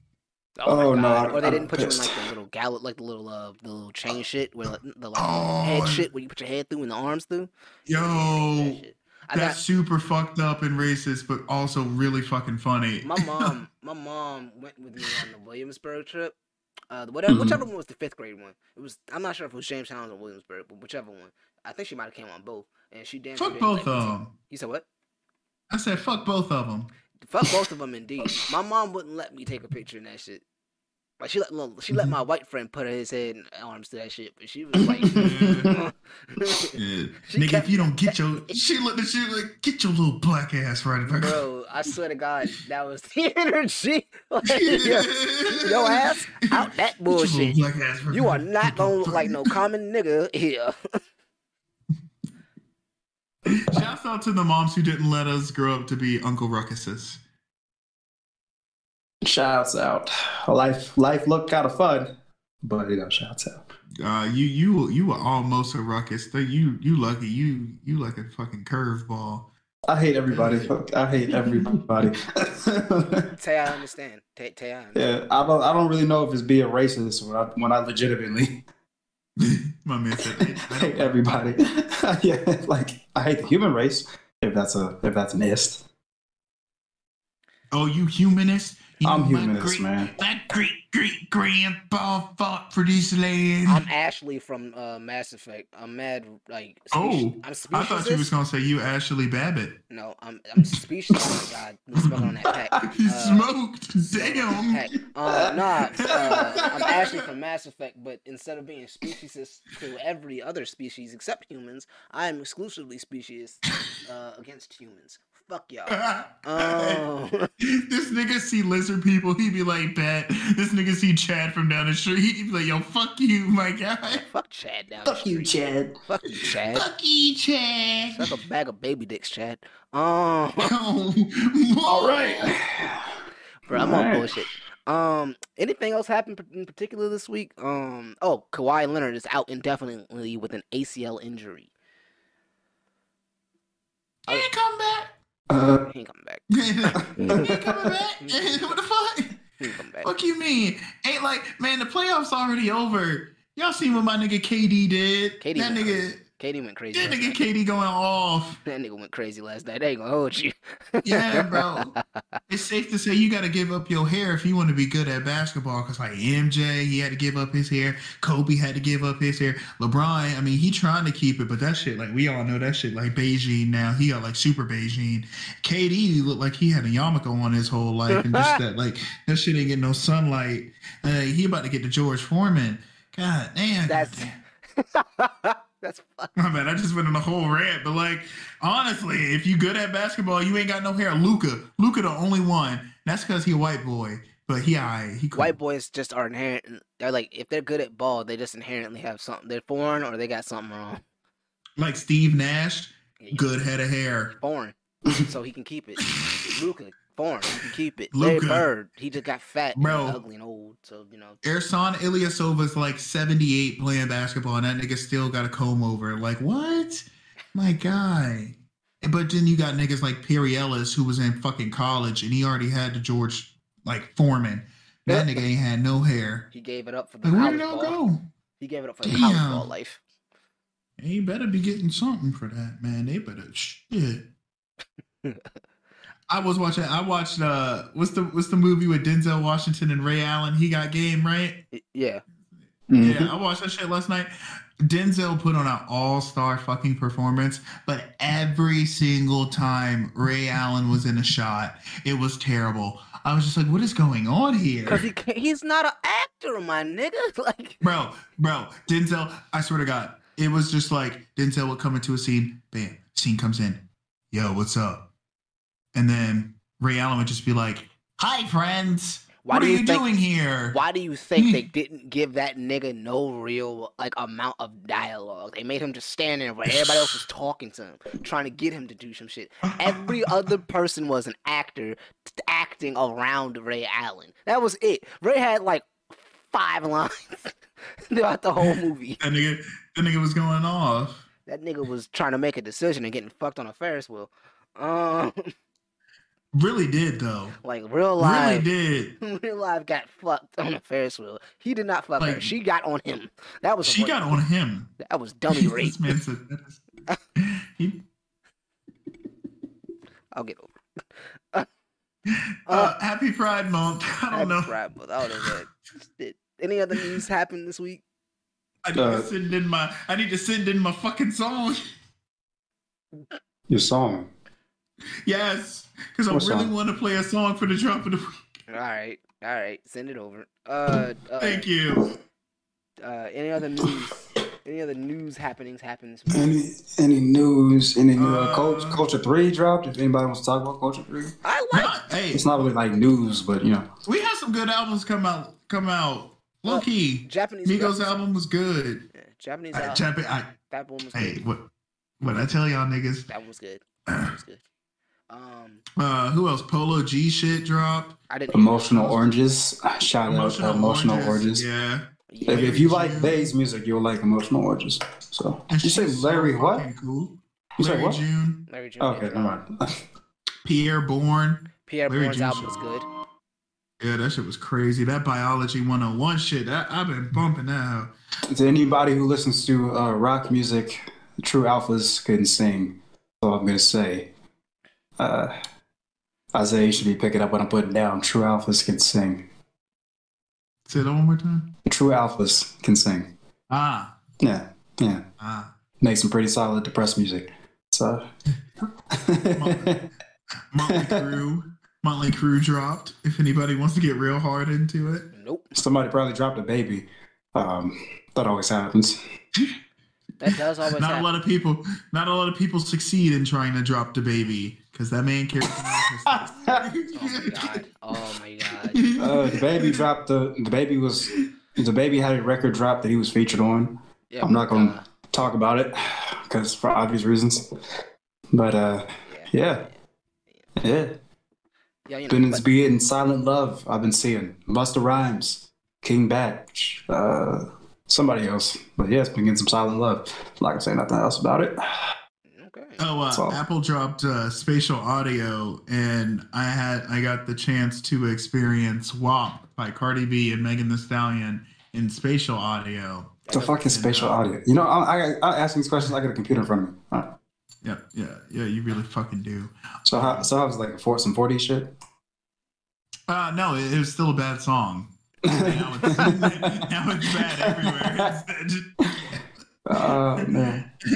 Speaker 1: my
Speaker 3: Oh, no,
Speaker 1: God.
Speaker 3: I-
Speaker 1: Or they
Speaker 3: I'm
Speaker 1: didn't put
Speaker 3: pissed.
Speaker 1: you in like the little gallet, like the little uh, the little chain shit, where like, the like
Speaker 2: Oh,
Speaker 1: head shit where you put your head through and the arms through.
Speaker 2: yo,
Speaker 1: That shit. I
Speaker 2: that's
Speaker 1: got
Speaker 2: super fucked up and racist, but also really fucking funny.
Speaker 1: my mom. My mom went with me on the Williamsburg trip. Uh, the-
Speaker 2: Mm-hmm.
Speaker 1: whatever,
Speaker 3: Mhm.
Speaker 1: whichever one was the fifth grade one. It was. I'm not sure if it was Jamestown or Williamsburg, but whichever one. I think she might have came on both, and she damn. sure
Speaker 2: Fuck
Speaker 1: didn't like
Speaker 2: both
Speaker 1: me,
Speaker 2: of
Speaker 1: too.
Speaker 2: them.
Speaker 1: You said what?
Speaker 2: I said fuck both of them.
Speaker 1: Fuck both of them, indeed. My mom wouldn't let me take a picture in that shit. Like she let no, she
Speaker 2: Mm-hmm.
Speaker 1: let my white friend put his head and arms to that shit, but she was like,
Speaker 2: Yeah. Yeah.
Speaker 1: She
Speaker 2: Nigga,
Speaker 1: kept-
Speaker 2: if you don't get your, she looked at you like, get your little black ass right back.
Speaker 1: "Bro, I swear to God, that was the energy. Like, yo,
Speaker 2: Yo
Speaker 1: your ass out that bullshit.
Speaker 2: Black ass right
Speaker 1: You are
Speaker 2: back.
Speaker 1: not
Speaker 2: Get
Speaker 1: gonna
Speaker 2: your
Speaker 1: look like no common nigga here."
Speaker 2: Shouts out to the moms who didn't let us grow up to be Uncle Ruckuses.
Speaker 3: Shouts out. Life life looked kind of fun, but you know, shouts out.
Speaker 2: Uh, you you you were almost a ruckus. Th- You you lucky. You you like a fucking curveball.
Speaker 3: I hate everybody. Fuck, I hate everybody.
Speaker 1: Tay, I understand. Tay, Tay, I understand.
Speaker 3: yeah, I don't. I don't really know if it's being racist when I when I legitimately
Speaker 2: My man said, I, I
Speaker 3: hate
Speaker 2: don't,
Speaker 3: everybody. yeah, like I hate the human race. If that's a if that's an ist.
Speaker 2: "Oh, you humanist." You
Speaker 3: I'm
Speaker 2: my
Speaker 3: humanist,
Speaker 2: great-
Speaker 3: man.
Speaker 2: My great great grandpa fought for this land.
Speaker 1: I'm Ashley from uh, Mass Effect. I'm mad, like speci-
Speaker 2: Oh,
Speaker 1: I'm speciesist.
Speaker 2: I thought you was gonna say you Ashley Babbitt.
Speaker 1: No, I'm I'm speechless. Oh my God, I'm smoking on that pack.
Speaker 2: He
Speaker 1: Uh,
Speaker 2: smoked. Damn.
Speaker 1: Heck, uh, nah, uh, I'm Ashley from Mass Effect, but instead of being speciesist to every other species except humans, I am exclusively speciesist uh, against humans. Fuck y'all. Oh,
Speaker 2: this nigga see lizard people, he be like, "Bet." This nigga see Chad from down the street, he be like, "Yo, fuck you, my guy."
Speaker 1: fuck Chad down Fuck you,
Speaker 3: Chad.
Speaker 1: Fuck you, Chad.
Speaker 2: Fuck you, Chad.
Speaker 1: Suck a bag of baby dicks, Chad. Um,
Speaker 2: Oh,
Speaker 3: All right.
Speaker 1: bro, I'm on
Speaker 3: Alright.
Speaker 1: bullshit. Um, anything else happened p- in particular this week? Um, oh, Kawhi Leonard is out indefinitely with an ACL injury.
Speaker 2: He ain't come back.
Speaker 3: Uh,
Speaker 1: He ain't coming back.
Speaker 2: he ain't coming back. what the fuck?
Speaker 1: He ain't coming back.
Speaker 2: Fuck you mean? Ain't like, man, the playoffs already over. Y'all seen what my nigga KD did?
Speaker 1: KD
Speaker 2: that
Speaker 1: went
Speaker 2: nigga,
Speaker 1: Katie went crazy.
Speaker 2: that
Speaker 1: last
Speaker 2: nigga
Speaker 1: night.
Speaker 2: KD going off.
Speaker 1: That nigga went crazy last night. They ain't gonna hold you.
Speaker 2: Yeah, bro. it's safe to say you got to give up your hair if you want to be good at basketball. Because like MJ, he had to give up his hair. Kobe had to give up his hair. LeBron, I mean, he trying to keep it, but that shit, like we all know that shit, like Beijing now. He got like super Beijing. KD looked like he had a yarmulke on his whole life, and just that like that shit ain't getting no sunlight. Uh, he about to get to George Foreman. God damn.
Speaker 1: That's that's fuck.
Speaker 2: My bad. I just went on a whole rant, but like, honestly, if you good at basketball, you ain't got no hair. Luca, Luca, the only one. That's because he a white boy, but he alright. He cool.
Speaker 1: White boys just are inherent. They're like if they're good at ball, they just inherently have something. They're foreign or they got something wrong.
Speaker 2: like Steve Nash,
Speaker 1: Yeah.
Speaker 2: good head of hair.
Speaker 1: Foreign, so he can keep it. Luca, foreign, he can keep it. Larry
Speaker 2: Luka.
Speaker 1: Bird, he just got fat, and
Speaker 2: Bro.
Speaker 1: ugly, and old. So you know,
Speaker 2: Ersan Ilyasova's like 78 playing basketball, and that nigga still got a comb over. Like, what? My guy. But then you got niggas like Perry Ellis, who was in fucking college, and he already had the George like Foreman. That nigga ain't had no hair.
Speaker 1: he gave it up for the
Speaker 2: Like, where
Speaker 1: college
Speaker 2: did it all
Speaker 1: ball.
Speaker 2: go?
Speaker 1: He gave it up for the college ball
Speaker 2: Damn.
Speaker 1: life.
Speaker 2: He better be getting something for that, man. They better shit. I was watching. I watched. uh What's the What's the movie with Denzel Washington and Ray Allen? He got game, right?
Speaker 1: Y- Yeah,
Speaker 3: mhm.
Speaker 2: Yeah, I watched that shit last night. Denzel put on an all star fucking performance, but every single time Ray Allen was in a shot, it was terrible. I was just like, what is going on here?
Speaker 1: because he can't, he's not an actor, my nigga. Like
Speaker 2: Bro, bro, Denzel, I swear to God, it was just like Denzel would come into a scene, bam, scene comes in. Yo, what's up? And then Ray Allen would just be like, Hi, friends.
Speaker 1: why
Speaker 2: what
Speaker 1: do
Speaker 2: are
Speaker 1: you
Speaker 2: you,
Speaker 1: think?
Speaker 2: doing here?
Speaker 1: Why do you think they didn't give that nigga no real like amount of dialogue? They made him just stand there where everybody else was talking to him, trying to get him to do some shit. Every other person was an actor t- acting around Ray Allen. That was it. Ray had like five lines throughout the whole movie.
Speaker 2: That nigga, that nigga was going off.
Speaker 1: That nigga was trying to make a decision and getting fucked on a Ferris wheel. Um,
Speaker 2: Really did though.
Speaker 1: like real
Speaker 2: Really
Speaker 1: life,
Speaker 2: did.
Speaker 1: real life got fucked on a Ferris wheel. He did not fuck her.
Speaker 2: Like-
Speaker 1: She got on him. That was
Speaker 2: She
Speaker 1: rape.
Speaker 2: got on him.
Speaker 1: that was dummy rape.
Speaker 2: This man said that is- he-
Speaker 1: I'll get over.
Speaker 2: uh, happy Pride Month. I don't know.
Speaker 1: Right, but I don't know that. Did any other news happen this week?
Speaker 2: I need
Speaker 3: Uh,
Speaker 2: to send in my. I need to send in my fucking song.
Speaker 3: Your song.
Speaker 2: Yes, because I
Speaker 3: What
Speaker 2: really
Speaker 3: song?
Speaker 2: want to play a song for the drop of the week.
Speaker 1: All right, all right, send it over. Uh, uh
Speaker 2: Thank you.
Speaker 1: Uh, any other news? Any other news happenings happen this week?
Speaker 3: Any any news? Any new
Speaker 2: Uh,
Speaker 3: culture, culture three dropped? If anybody wants to talk about culture three,
Speaker 1: I like.
Speaker 2: Not- hey,
Speaker 3: it's not really like news, but you know,
Speaker 2: we had some good albums come out. Come out. Low
Speaker 1: Well,
Speaker 2: key,
Speaker 1: Japanese
Speaker 2: Migos
Speaker 1: rap-
Speaker 2: album was good.
Speaker 1: Yeah, Japanese
Speaker 2: I,
Speaker 1: album.
Speaker 2: Japan, I,
Speaker 1: that one was
Speaker 2: hey, Uh.
Speaker 1: good.
Speaker 2: what? What I tell y'all niggas?
Speaker 1: That one was good. That one was good. Um,
Speaker 2: Uh, who else? Polo G shit dropped.
Speaker 1: I didn't. hear-
Speaker 3: emotional oranges. Shout out uh, emotional oranges.
Speaker 2: Yeah.
Speaker 1: Yeah,
Speaker 3: If, if you like Dave's music, you'll like emotional oranges. So
Speaker 2: That
Speaker 3: you say
Speaker 2: shit's so
Speaker 3: Larry what?
Speaker 2: fucking Cool.
Speaker 3: You say
Speaker 2: Larry
Speaker 3: what?
Speaker 2: June,
Speaker 1: Larry June.
Speaker 3: Okay,
Speaker 1: did
Speaker 3: never
Speaker 1: drop.
Speaker 3: mind.
Speaker 2: Pierre Bourne.
Speaker 1: Pierre
Speaker 2: Larry
Speaker 1: Bourne's
Speaker 2: June
Speaker 1: album
Speaker 2: shit.
Speaker 1: was good.
Speaker 2: Yeah, that shit was crazy. That biology 101 shit. That I've been bumping that out.
Speaker 3: to anybody who listens to uh, rock music, True Alphas couldn't sing. So I'm gonna say, uh, Isaiah, you should be picking up what I'm putting down. True Alphas can sing.
Speaker 2: Say that one more time.
Speaker 3: True Alphas can sing.
Speaker 2: Ah,
Speaker 3: Yeah, yeah.
Speaker 2: ah.
Speaker 3: Make some pretty solid depressed music. So.
Speaker 2: Motley Crue. Motley Crue dropped. If anybody wants to get real hard into it,
Speaker 1: Nope,
Speaker 3: Somebody probably dropped a baby. Um, that always happens.
Speaker 1: that does always
Speaker 2: not a
Speaker 1: happen.
Speaker 2: lot of people. Not a lot of people succeed in trying to drop the baby because that man carries.
Speaker 1: Oh my god! Oh my god!
Speaker 3: Uh, the baby dropped the the baby was the baby had a record drop that he was featured on.
Speaker 1: Yeah,
Speaker 3: I'm not gonna
Speaker 1: uh,
Speaker 3: talk about it because for obvious reasons. But uh, yeah, yeah.
Speaker 1: yeah, you know,
Speaker 3: Been
Speaker 1: but-
Speaker 3: being silent love. I've been seeing Busta Rhymes, King Batch, uh, somebody else. But yeah, it's been getting some silent love. Not gonna say nothing else about it.
Speaker 1: okay.
Speaker 2: Oh, uh,
Speaker 3: That's all.
Speaker 2: Apple dropped uh, spatial audio, and I had I got the chance to experience "WAP" by Cardi B and Megan Thee Stallion in spatial audio.
Speaker 3: The fucking spatial audio. You know, I, I, I ask these questions. I got a computer in front of me. All right.
Speaker 2: Yeah, yeah, yeah. You really fucking do.
Speaker 3: So how, so I was like four, some forty shit.
Speaker 2: Uh, no, it, it was still a bad song. Now it's, now it's bad everywhere.
Speaker 3: Oh man.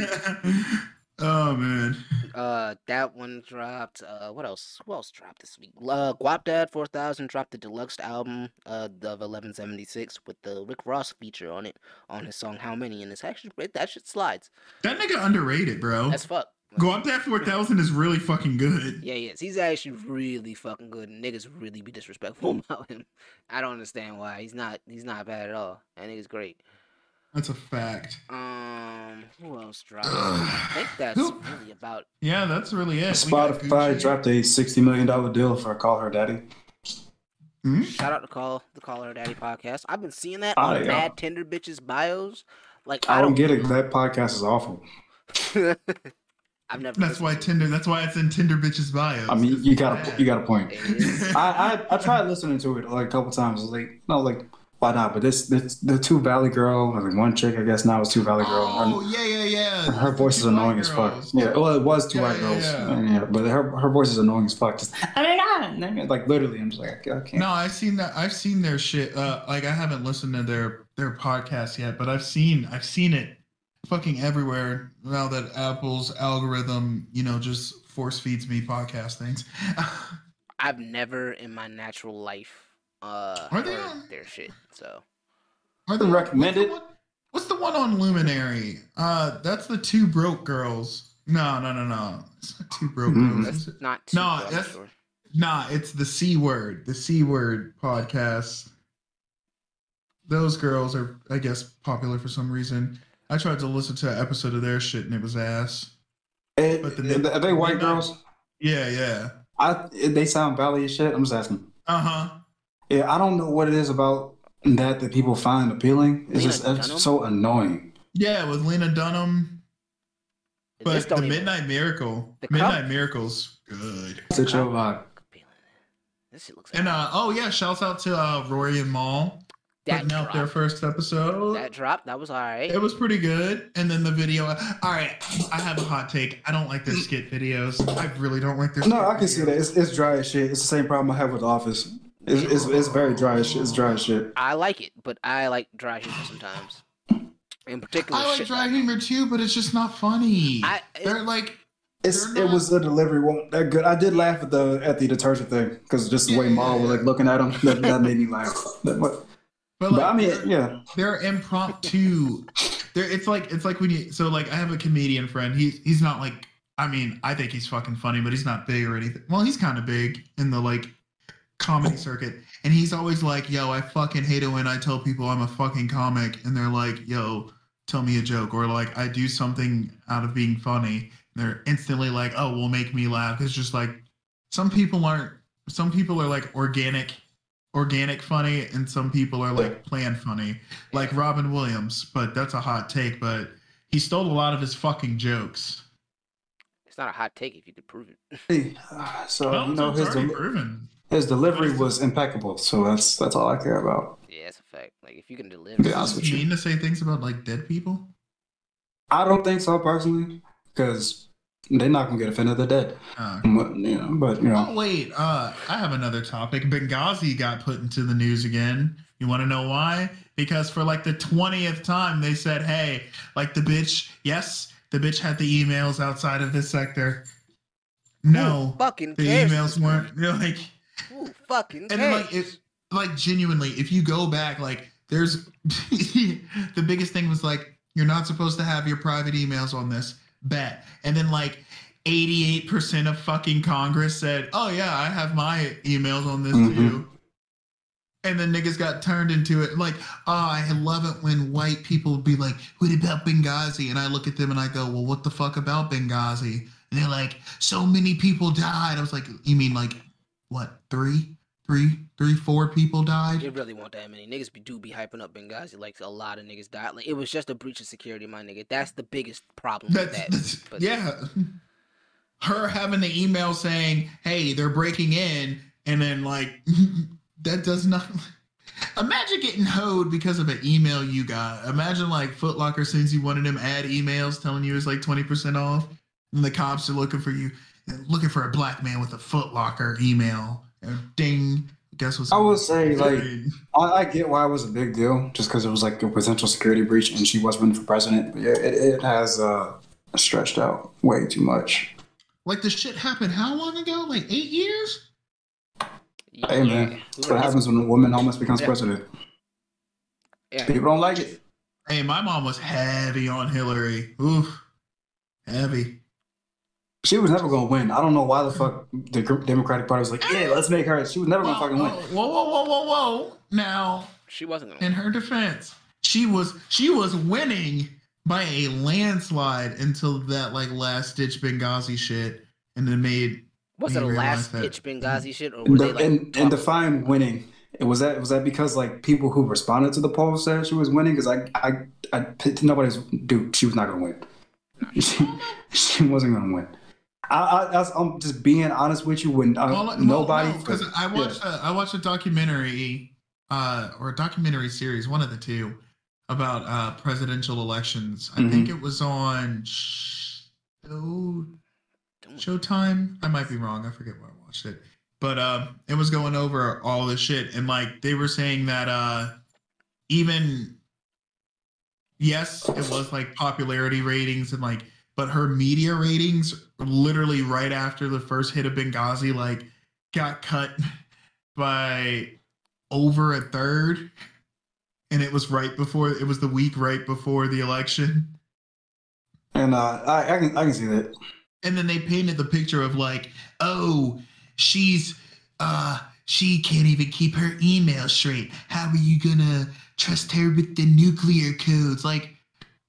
Speaker 2: oh man.
Speaker 1: Uh, that one dropped. Uh, what else? Who else dropped this week? Uh, Guap Dad Four Thousand dropped the deluxe album uh of eleven seventy six with the Rick Ross feature on it on his song How Many, and it's actually it, that shit slides
Speaker 2: That nigga underrated, bro.
Speaker 1: as fuck. Like,
Speaker 2: Go up that four thousand is really fucking good.
Speaker 1: Yeah, yes, he's actually really fucking good. and Niggas really be disrespectful about him. I don't understand why he's not. He's not bad at all. That nigga's great.
Speaker 2: That's a fact.
Speaker 1: Um, who else dropped? I think that's
Speaker 2: Who-
Speaker 1: really about.
Speaker 2: Yeah, that's really it. We got
Speaker 3: Spotify
Speaker 2: Gucci.
Speaker 3: dropped a sixty million dollar deal for Call Her Daddy.
Speaker 1: Shout out to call the Caller Daddy podcast. I've been seeing that
Speaker 3: Oh,
Speaker 1: on
Speaker 3: yeah.
Speaker 1: Mad Tinder bitches bios. Like
Speaker 3: I don't get it. That podcast is awful.
Speaker 1: I've never.
Speaker 2: That's why
Speaker 1: listened
Speaker 2: Tinder. That's why it's in Tinder bitches bio.
Speaker 3: I mean, you got a you got a point.
Speaker 1: to it. It is-
Speaker 3: I, I I tried listening to it like a couple times. I was like, no, like why not? But this, this the two Valley Girl, or, like one chick, I guess now is two Valley Girl.
Speaker 2: Oh
Speaker 3: Her-
Speaker 2: yeah, yeah, yeah.
Speaker 3: her voice is annoying as fuck. Yeah, well, it was two
Speaker 2: Yeah,
Speaker 3: white
Speaker 2: yeah,
Speaker 3: girls.
Speaker 2: yeah.
Speaker 3: Yeah, but her her voice is annoying as fuck. Just, oh my god, like literally, I'm just like, I can't.
Speaker 2: No, I've seen that. I've seen their shit. Uh, like I haven't listened to their their podcast yet, but I've seen I've seen it fucking everywhere now that Apple's algorithm, you know, just force feeds me podcast things.
Speaker 1: I've never in my natural life uh
Speaker 2: Are they
Speaker 1: heard
Speaker 2: on-
Speaker 1: their shit. So
Speaker 2: Are
Speaker 3: Recommend it.
Speaker 2: What's the, one, what's the one on Luminary? Uh, that's the two broke girls. No, no, no, no. It's not two broke
Speaker 3: Mhm.
Speaker 2: girls.
Speaker 1: that's not too
Speaker 2: No,
Speaker 1: no,
Speaker 2: that's- Nah, it's the C word, the C word podcast. Those girls are, I guess, popular for some reason. I tried to listen to an episode of their shit and it was ass.
Speaker 3: Eh,
Speaker 2: But the-
Speaker 3: are they white
Speaker 2: they're not-
Speaker 3: girls?
Speaker 2: Yeah, yeah.
Speaker 3: I eh, they sound valley as shit. I'm just asking.
Speaker 2: Uh huh.
Speaker 3: Yeah, I don't know what it is about that that people find appealing. It's
Speaker 1: Lena
Speaker 3: just it's
Speaker 1: Dunham?
Speaker 3: so annoying.
Speaker 2: Yeah, with Lena Dunham. But
Speaker 1: this
Speaker 2: the
Speaker 1: don't even-
Speaker 2: Midnight Miracle,
Speaker 1: The cup?
Speaker 2: Midnight Miracle's good.
Speaker 3: Sit your vibe.
Speaker 1: Peeling it. This shit looks like
Speaker 2: And uh oh yeah, shouts out to uh, Rory and Maul
Speaker 1: that
Speaker 2: putting out their
Speaker 1: drop.
Speaker 2: first episode.
Speaker 1: That drop, that was alright.
Speaker 2: It was pretty good. And then the video. All right, I have a hot take. I don't like their skit videos. I really don't like their.
Speaker 3: Mm. No,
Speaker 2: skit
Speaker 3: I can see
Speaker 2: videos.
Speaker 3: that. It's, it's dry as shit. It's the same problem I have with The Office. It's, it's, it's very dry as shit. It's dry as shit.
Speaker 1: I like it, but I like dry humor sometimes. In particular,
Speaker 2: I like
Speaker 1: shit
Speaker 2: dry
Speaker 1: like-
Speaker 2: humor too, but it's just not funny.
Speaker 1: I- it-
Speaker 2: They're like,
Speaker 3: It's
Speaker 2: They're
Speaker 3: it was the delivery won't that good. I did laugh at the at the detergent thing because just the way Maul was like looking at him that, that made me laugh. That, but,
Speaker 2: but like,
Speaker 3: but I mean,
Speaker 2: they're-
Speaker 3: yeah,
Speaker 2: they're impromptu. they're it's like it's like when you so like I have a comedian friend. He's he's not like I mean I think he's fucking funny, but he's not big or anything. Well, he's kind of big in the like comedy circuit, and he's always like, "Yo, I fucking hate it when I tell people I'm a fucking comic, and they're like, "Yo, tell me a joke," or like I do something out of being funny. And they're instantly like, "Oh, well, make me laugh." It's just like some people aren't. Some people are like organic, organic funny, and some people are like planned funny like Robin Williams, but that's a hot take. But he stole a lot of his fucking jokes.
Speaker 1: It's not a hot take if you could prove it.
Speaker 3: Hey, uh, so you know his
Speaker 2: already
Speaker 3: deli-
Speaker 2: proven.
Speaker 3: his delivery was impeccable. So that's that's all I care about.
Speaker 1: Yeah, it's a fact. Like if you can deliver,
Speaker 3: To be honest
Speaker 2: Does
Speaker 3: with
Speaker 2: it
Speaker 3: you,
Speaker 2: mean to say things about like dead people?
Speaker 3: I don't think so personally because they're not gonna get offended. They're dead.
Speaker 2: Uh,
Speaker 3: But, you know, but you
Speaker 2: oh
Speaker 3: know,
Speaker 2: wait, uh, I have another topic. Benghazi got put into the news again. You want to know why? Because for like the twentieth time, they said, "Hey, like the bitch." Yes, the bitch had the emails outside of this sector. No,
Speaker 1: Who fucking
Speaker 2: the
Speaker 1: cares?
Speaker 2: emails weren't like.
Speaker 1: Who fucking
Speaker 2: And
Speaker 1: cares?
Speaker 2: then, like if like genuinely, if you go back, like there's the biggest thing was like you're not supposed to have your private emails on this bet. And then like 88% of fucking Congress said, "Oh yeah, I have my emails on this
Speaker 3: Mhm.
Speaker 2: too." And then niggas got turned into it. Like, oh, I love it when white people be like, "What about Benghazi?" And I look at them and I go, "Well, what the fuck about Benghazi?" And they're like, "So many people died." I was like, "You mean like what? Three, three, three, four people died?"
Speaker 1: it really won't that many niggas be do be hyping up Benghazi like a lot of niggas died. Like it was just a breach of security, my nigga. That's the biggest problem with
Speaker 2: That's,
Speaker 1: that.
Speaker 2: that's
Speaker 1: but-
Speaker 2: yeah. Her having the email saying, "Hey, they're breaking in," and then like that does not. Imagine getting hoed because of an email you got. Imagine like Foot Locker sends you one of them ad emails telling you it's like twenty percent off, and the cops are looking for you, looking for a black man with a Foot Locker email. And ding, guess what's
Speaker 3: I would say like I, I get why it was a big deal, just because it was like a potential security breach, and she was running for president. But yeah, it, it has uh, stretched out way too much.
Speaker 2: like this shit happened how long ago? Like eight years?
Speaker 1: yeah.
Speaker 3: Hey man,
Speaker 1: We
Speaker 3: that's
Speaker 1: were
Speaker 3: what happens when a woman almost becomes
Speaker 1: Yeah.
Speaker 3: president.
Speaker 1: Yeah.
Speaker 3: People don't like it.
Speaker 2: Hey, my mom was heavy on Hillary. Oof, heavy.
Speaker 3: She was never gonna win. I don't know why the fuck the Gr- Democratic Party was like, yeah, let's make her. She was never gonna
Speaker 2: Whoa,
Speaker 3: fucking win.
Speaker 2: whoa, whoa, whoa, whoa! Now,
Speaker 1: She wasn't gonna.
Speaker 2: in her defense, she was she was winning by a landslide until that like last ditch Benghazi shit, and then made
Speaker 1: Was it a
Speaker 2: you realize
Speaker 1: last
Speaker 2: that-
Speaker 1: ditch Benghazi shit, or were
Speaker 3: And,
Speaker 1: they
Speaker 3: the,
Speaker 1: like?
Speaker 3: and, and define winning. It was that was that because like people who responded to the poll said she was winning because I I I nobody's dude she was not gonna win. She, she wasn't gonna win. I, I that's, I'm just being honest with you when I,
Speaker 2: Well, well,
Speaker 3: Uh, nobody
Speaker 2: no, 'cause I watched a, I watched a documentary uh, or a documentary series, one of the two, about uh, presidential elections. I
Speaker 3: Mhm.
Speaker 2: think it was on Show, Showtime. I might be wrong. I forget where I watched it, but uh, it was going over all this shit, and like they were saying that uh, even yes, it was like popularity ratings and like. But her media ratings, literally right after the first hit of Benghazi, like got cut by over a third and it was right before it was the week right before the election
Speaker 3: and uh, I I can I can see that.
Speaker 2: and then they painted the picture of like oh she's uh she can't even keep her email straight how are you gonna trust her with the nuclear codes like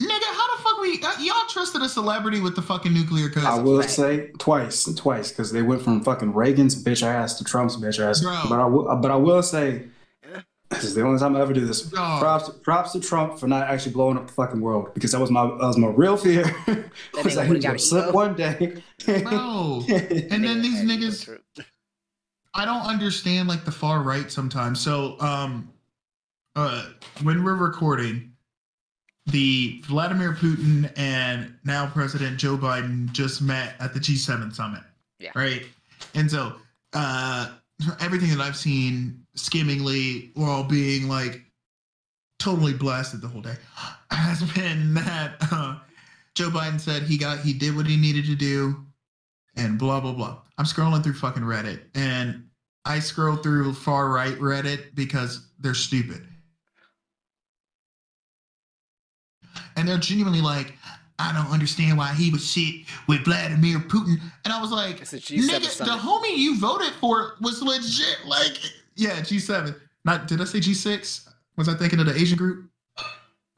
Speaker 2: nigga how the fuck we uh, y'all trusted a celebrity with the fucking nuclear codes
Speaker 3: I will
Speaker 1: fact.
Speaker 3: say twice, twice, because they went from fucking Reagan's bitch ass to Trump's bitch ass.
Speaker 2: Bro.
Speaker 3: But I will, but I will say, This is the only time I ever do this.
Speaker 2: Dog.
Speaker 3: Props, props to Trump for not actually blowing up the fucking world because that was my that was my real fear. was
Speaker 1: nigga
Speaker 3: that he
Speaker 1: would've got
Speaker 3: was gonna slip
Speaker 1: ego.
Speaker 3: one day.
Speaker 2: Bro. And then these
Speaker 1: had ego
Speaker 2: niggas,
Speaker 1: trip.
Speaker 2: I don't understand like the far right sometimes. So, um, uh, when we're recording, the Vladimir Putin and now President Joe Biden just met at the G7 summit.
Speaker 1: Yeah.
Speaker 2: Right. And so, uh, everything that I've seen skimmingly while being like totally blasted the whole day has been that uh, Joe Biden said he got he did what he needed to do and blah blah blah. I'm scrolling through fucking Reddit and I scroll through far right Reddit because they're stupid. And they're genuinely like, I don't understand why he was shit with Vladimir Putin. And I was like,
Speaker 1: It's a G7
Speaker 2: nigga, the
Speaker 1: summit.
Speaker 2: homie you voted for was legit. Like, yeah, G7. Not did I say G6? Was I thinking of the Asian group?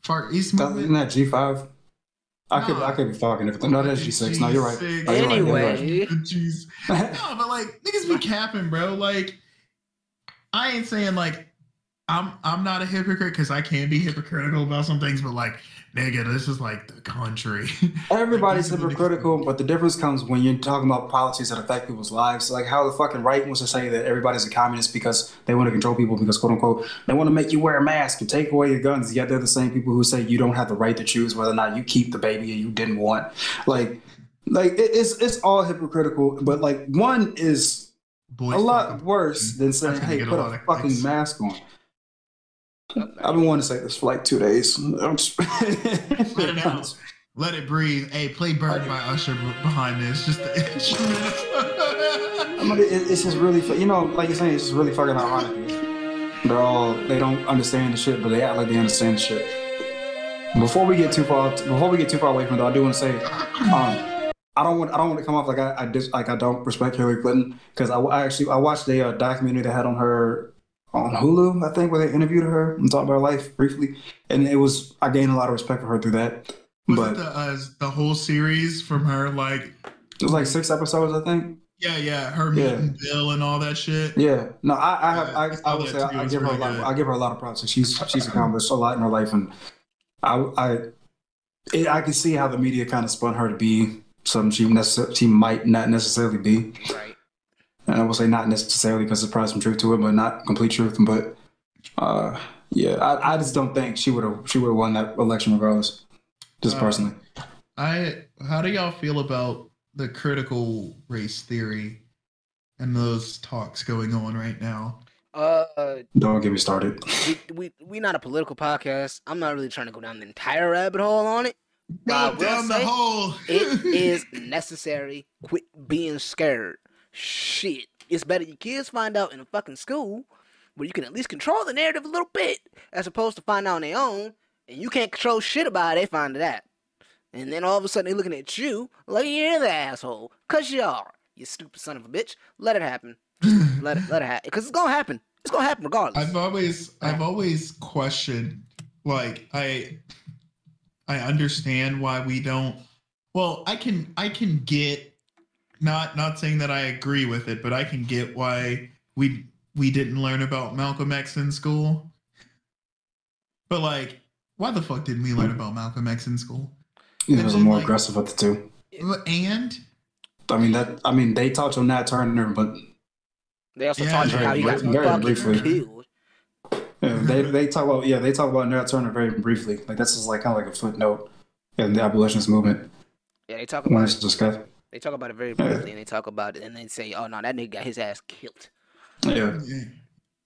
Speaker 2: Far East
Speaker 3: Isn't
Speaker 2: movement.
Speaker 3: that G five? I could
Speaker 2: No.
Speaker 3: I could be fucking everything. No, that's G six. No, you're right.
Speaker 2: G6.
Speaker 3: Oh, you're right, you're right.
Speaker 1: Anyway,
Speaker 2: The G's. No, but like niggas be capping, bro. Like I ain't saying like I'm I'm not a hypocrite because I can be hypocritical about some things, but like nigga, this is like the country.
Speaker 3: Everybody's
Speaker 2: Like, these are the
Speaker 3: hypocritical, but the difference comes when you're talking about policies that affect people's lives. Like how the fucking right wants to say that everybody's a communist because they want to control people because quote unquote they want to make you wear a mask and take away your guns. Yet they're the same people who say you don't have the right to choose whether or not you keep the baby you didn't want. Like, like it- it's it's all hypocritical. But like one is
Speaker 2: Boys
Speaker 3: a
Speaker 2: fuck
Speaker 3: lot
Speaker 2: them.
Speaker 3: worse than
Speaker 2: I'm
Speaker 3: saying
Speaker 2: trying to
Speaker 3: hey
Speaker 2: get a
Speaker 3: put
Speaker 2: lot
Speaker 3: a
Speaker 2: of
Speaker 3: fucking
Speaker 2: clicks.
Speaker 3: mask on. I've been wanting to say this for like two days. I'm just-
Speaker 2: Let it out. Let it breathe. Hey, play Bird by Usher b- behind this. Just the
Speaker 3: I mean,
Speaker 2: instrument.
Speaker 3: it, it's just really, fu- you know, like you're saying, it's just really fucking ironic. They're all, they don't understand the shit, but they act like they understand the shit. Before we get too far, before we get too far away from it, though, I do want to say, um, I don't want, I don't want to come off like I, I dis, like I don't respect Hillary Clinton because I, I actually, I watched a uh, documentary they had on her on Hulu, I think, where they interviewed her and talked about her life briefly, and it was, I gained a lot of respect for her through that.
Speaker 2: Was
Speaker 3: but
Speaker 2: it the, uh, the whole series from her like
Speaker 3: it was like six episodes, I think.
Speaker 2: Yeah, yeah, her
Speaker 3: Yeah.
Speaker 2: meeting Bill and all that shit.
Speaker 3: Yeah, no, I, I have,
Speaker 2: Yeah,
Speaker 3: I, I
Speaker 2: all
Speaker 3: would
Speaker 2: that
Speaker 3: say,
Speaker 2: too
Speaker 3: I, I
Speaker 2: is
Speaker 3: give her a
Speaker 2: really
Speaker 3: lot,
Speaker 2: good.
Speaker 3: I give her a lot of props. She's she's accomplished a lot in her life, and I, I, it, I can see how the media kind of spun her to be something she necess- she might not necessarily be,
Speaker 1: right.
Speaker 3: and I will say not necessarily because there's probably some truth to it, but not complete truth. But uh, yeah, I, I just don't think she would have she would have won that election regardless, just
Speaker 2: Uh,
Speaker 3: personally.
Speaker 2: I how do y'all feel about the critical race theory and those talks going on right now?
Speaker 1: Uh,
Speaker 3: Don't get me started.
Speaker 1: we we we not a political podcast. I'm not really trying to go down the entire rabbit hole on it. But I
Speaker 2: Go
Speaker 1: will
Speaker 2: down the
Speaker 1: say,
Speaker 2: hole.
Speaker 1: It is necessary. Quit being scared. Shit. It's better your kids find out in a fucking school where you can at least control the narrative a little bit as opposed to find out on their own and you can't control shit about how they find it out. And then all of a sudden they're looking at you like you're the asshole. Cause you are. You stupid son of a bitch. Let it happen. Let it let it happen. Cause it's gonna happen. It's gonna happen regardless.
Speaker 2: I've always I've always questioned like I I understand why we don't well I can I can get not not saying that I agree with it but I can get why we we didn't learn about Malcolm X in school but like why the fuck didn't we learn about Malcolm X in school
Speaker 3: It was more
Speaker 2: like-
Speaker 3: aggressive of the two.
Speaker 2: and
Speaker 3: I mean that. I mean they taught you Nat Turner, but
Speaker 1: They also
Speaker 2: Yeah,
Speaker 1: taught you how you got
Speaker 3: very- very
Speaker 1: fucking
Speaker 3: briefly.
Speaker 1: killed.
Speaker 3: Yeah, they they talk about yeah they talk about Nat Turner very briefly. Like that's just like kind of like a footnote in the abolitionist movement
Speaker 1: Yeah, they talk
Speaker 3: when
Speaker 1: about
Speaker 3: it's
Speaker 1: it.
Speaker 3: discussed.
Speaker 1: They talk about it very
Speaker 3: Yeah.
Speaker 1: briefly, and they talk about it, and they say, "Oh no, that nigga got his ass killed."
Speaker 3: Yeah,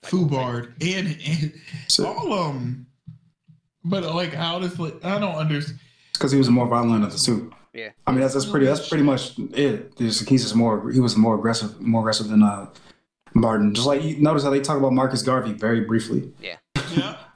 Speaker 2: Fubard and, and
Speaker 3: so
Speaker 2: all of them but like how does like I don't understand
Speaker 3: because he was more violent of the two.
Speaker 1: Yeah.
Speaker 3: I mean that's that's pretty that's pretty much it. There's, he's just more he was more aggressive more aggressive than uh Martin. Just like you notice how they talk about Marcus Garvey very briefly,
Speaker 2: yeah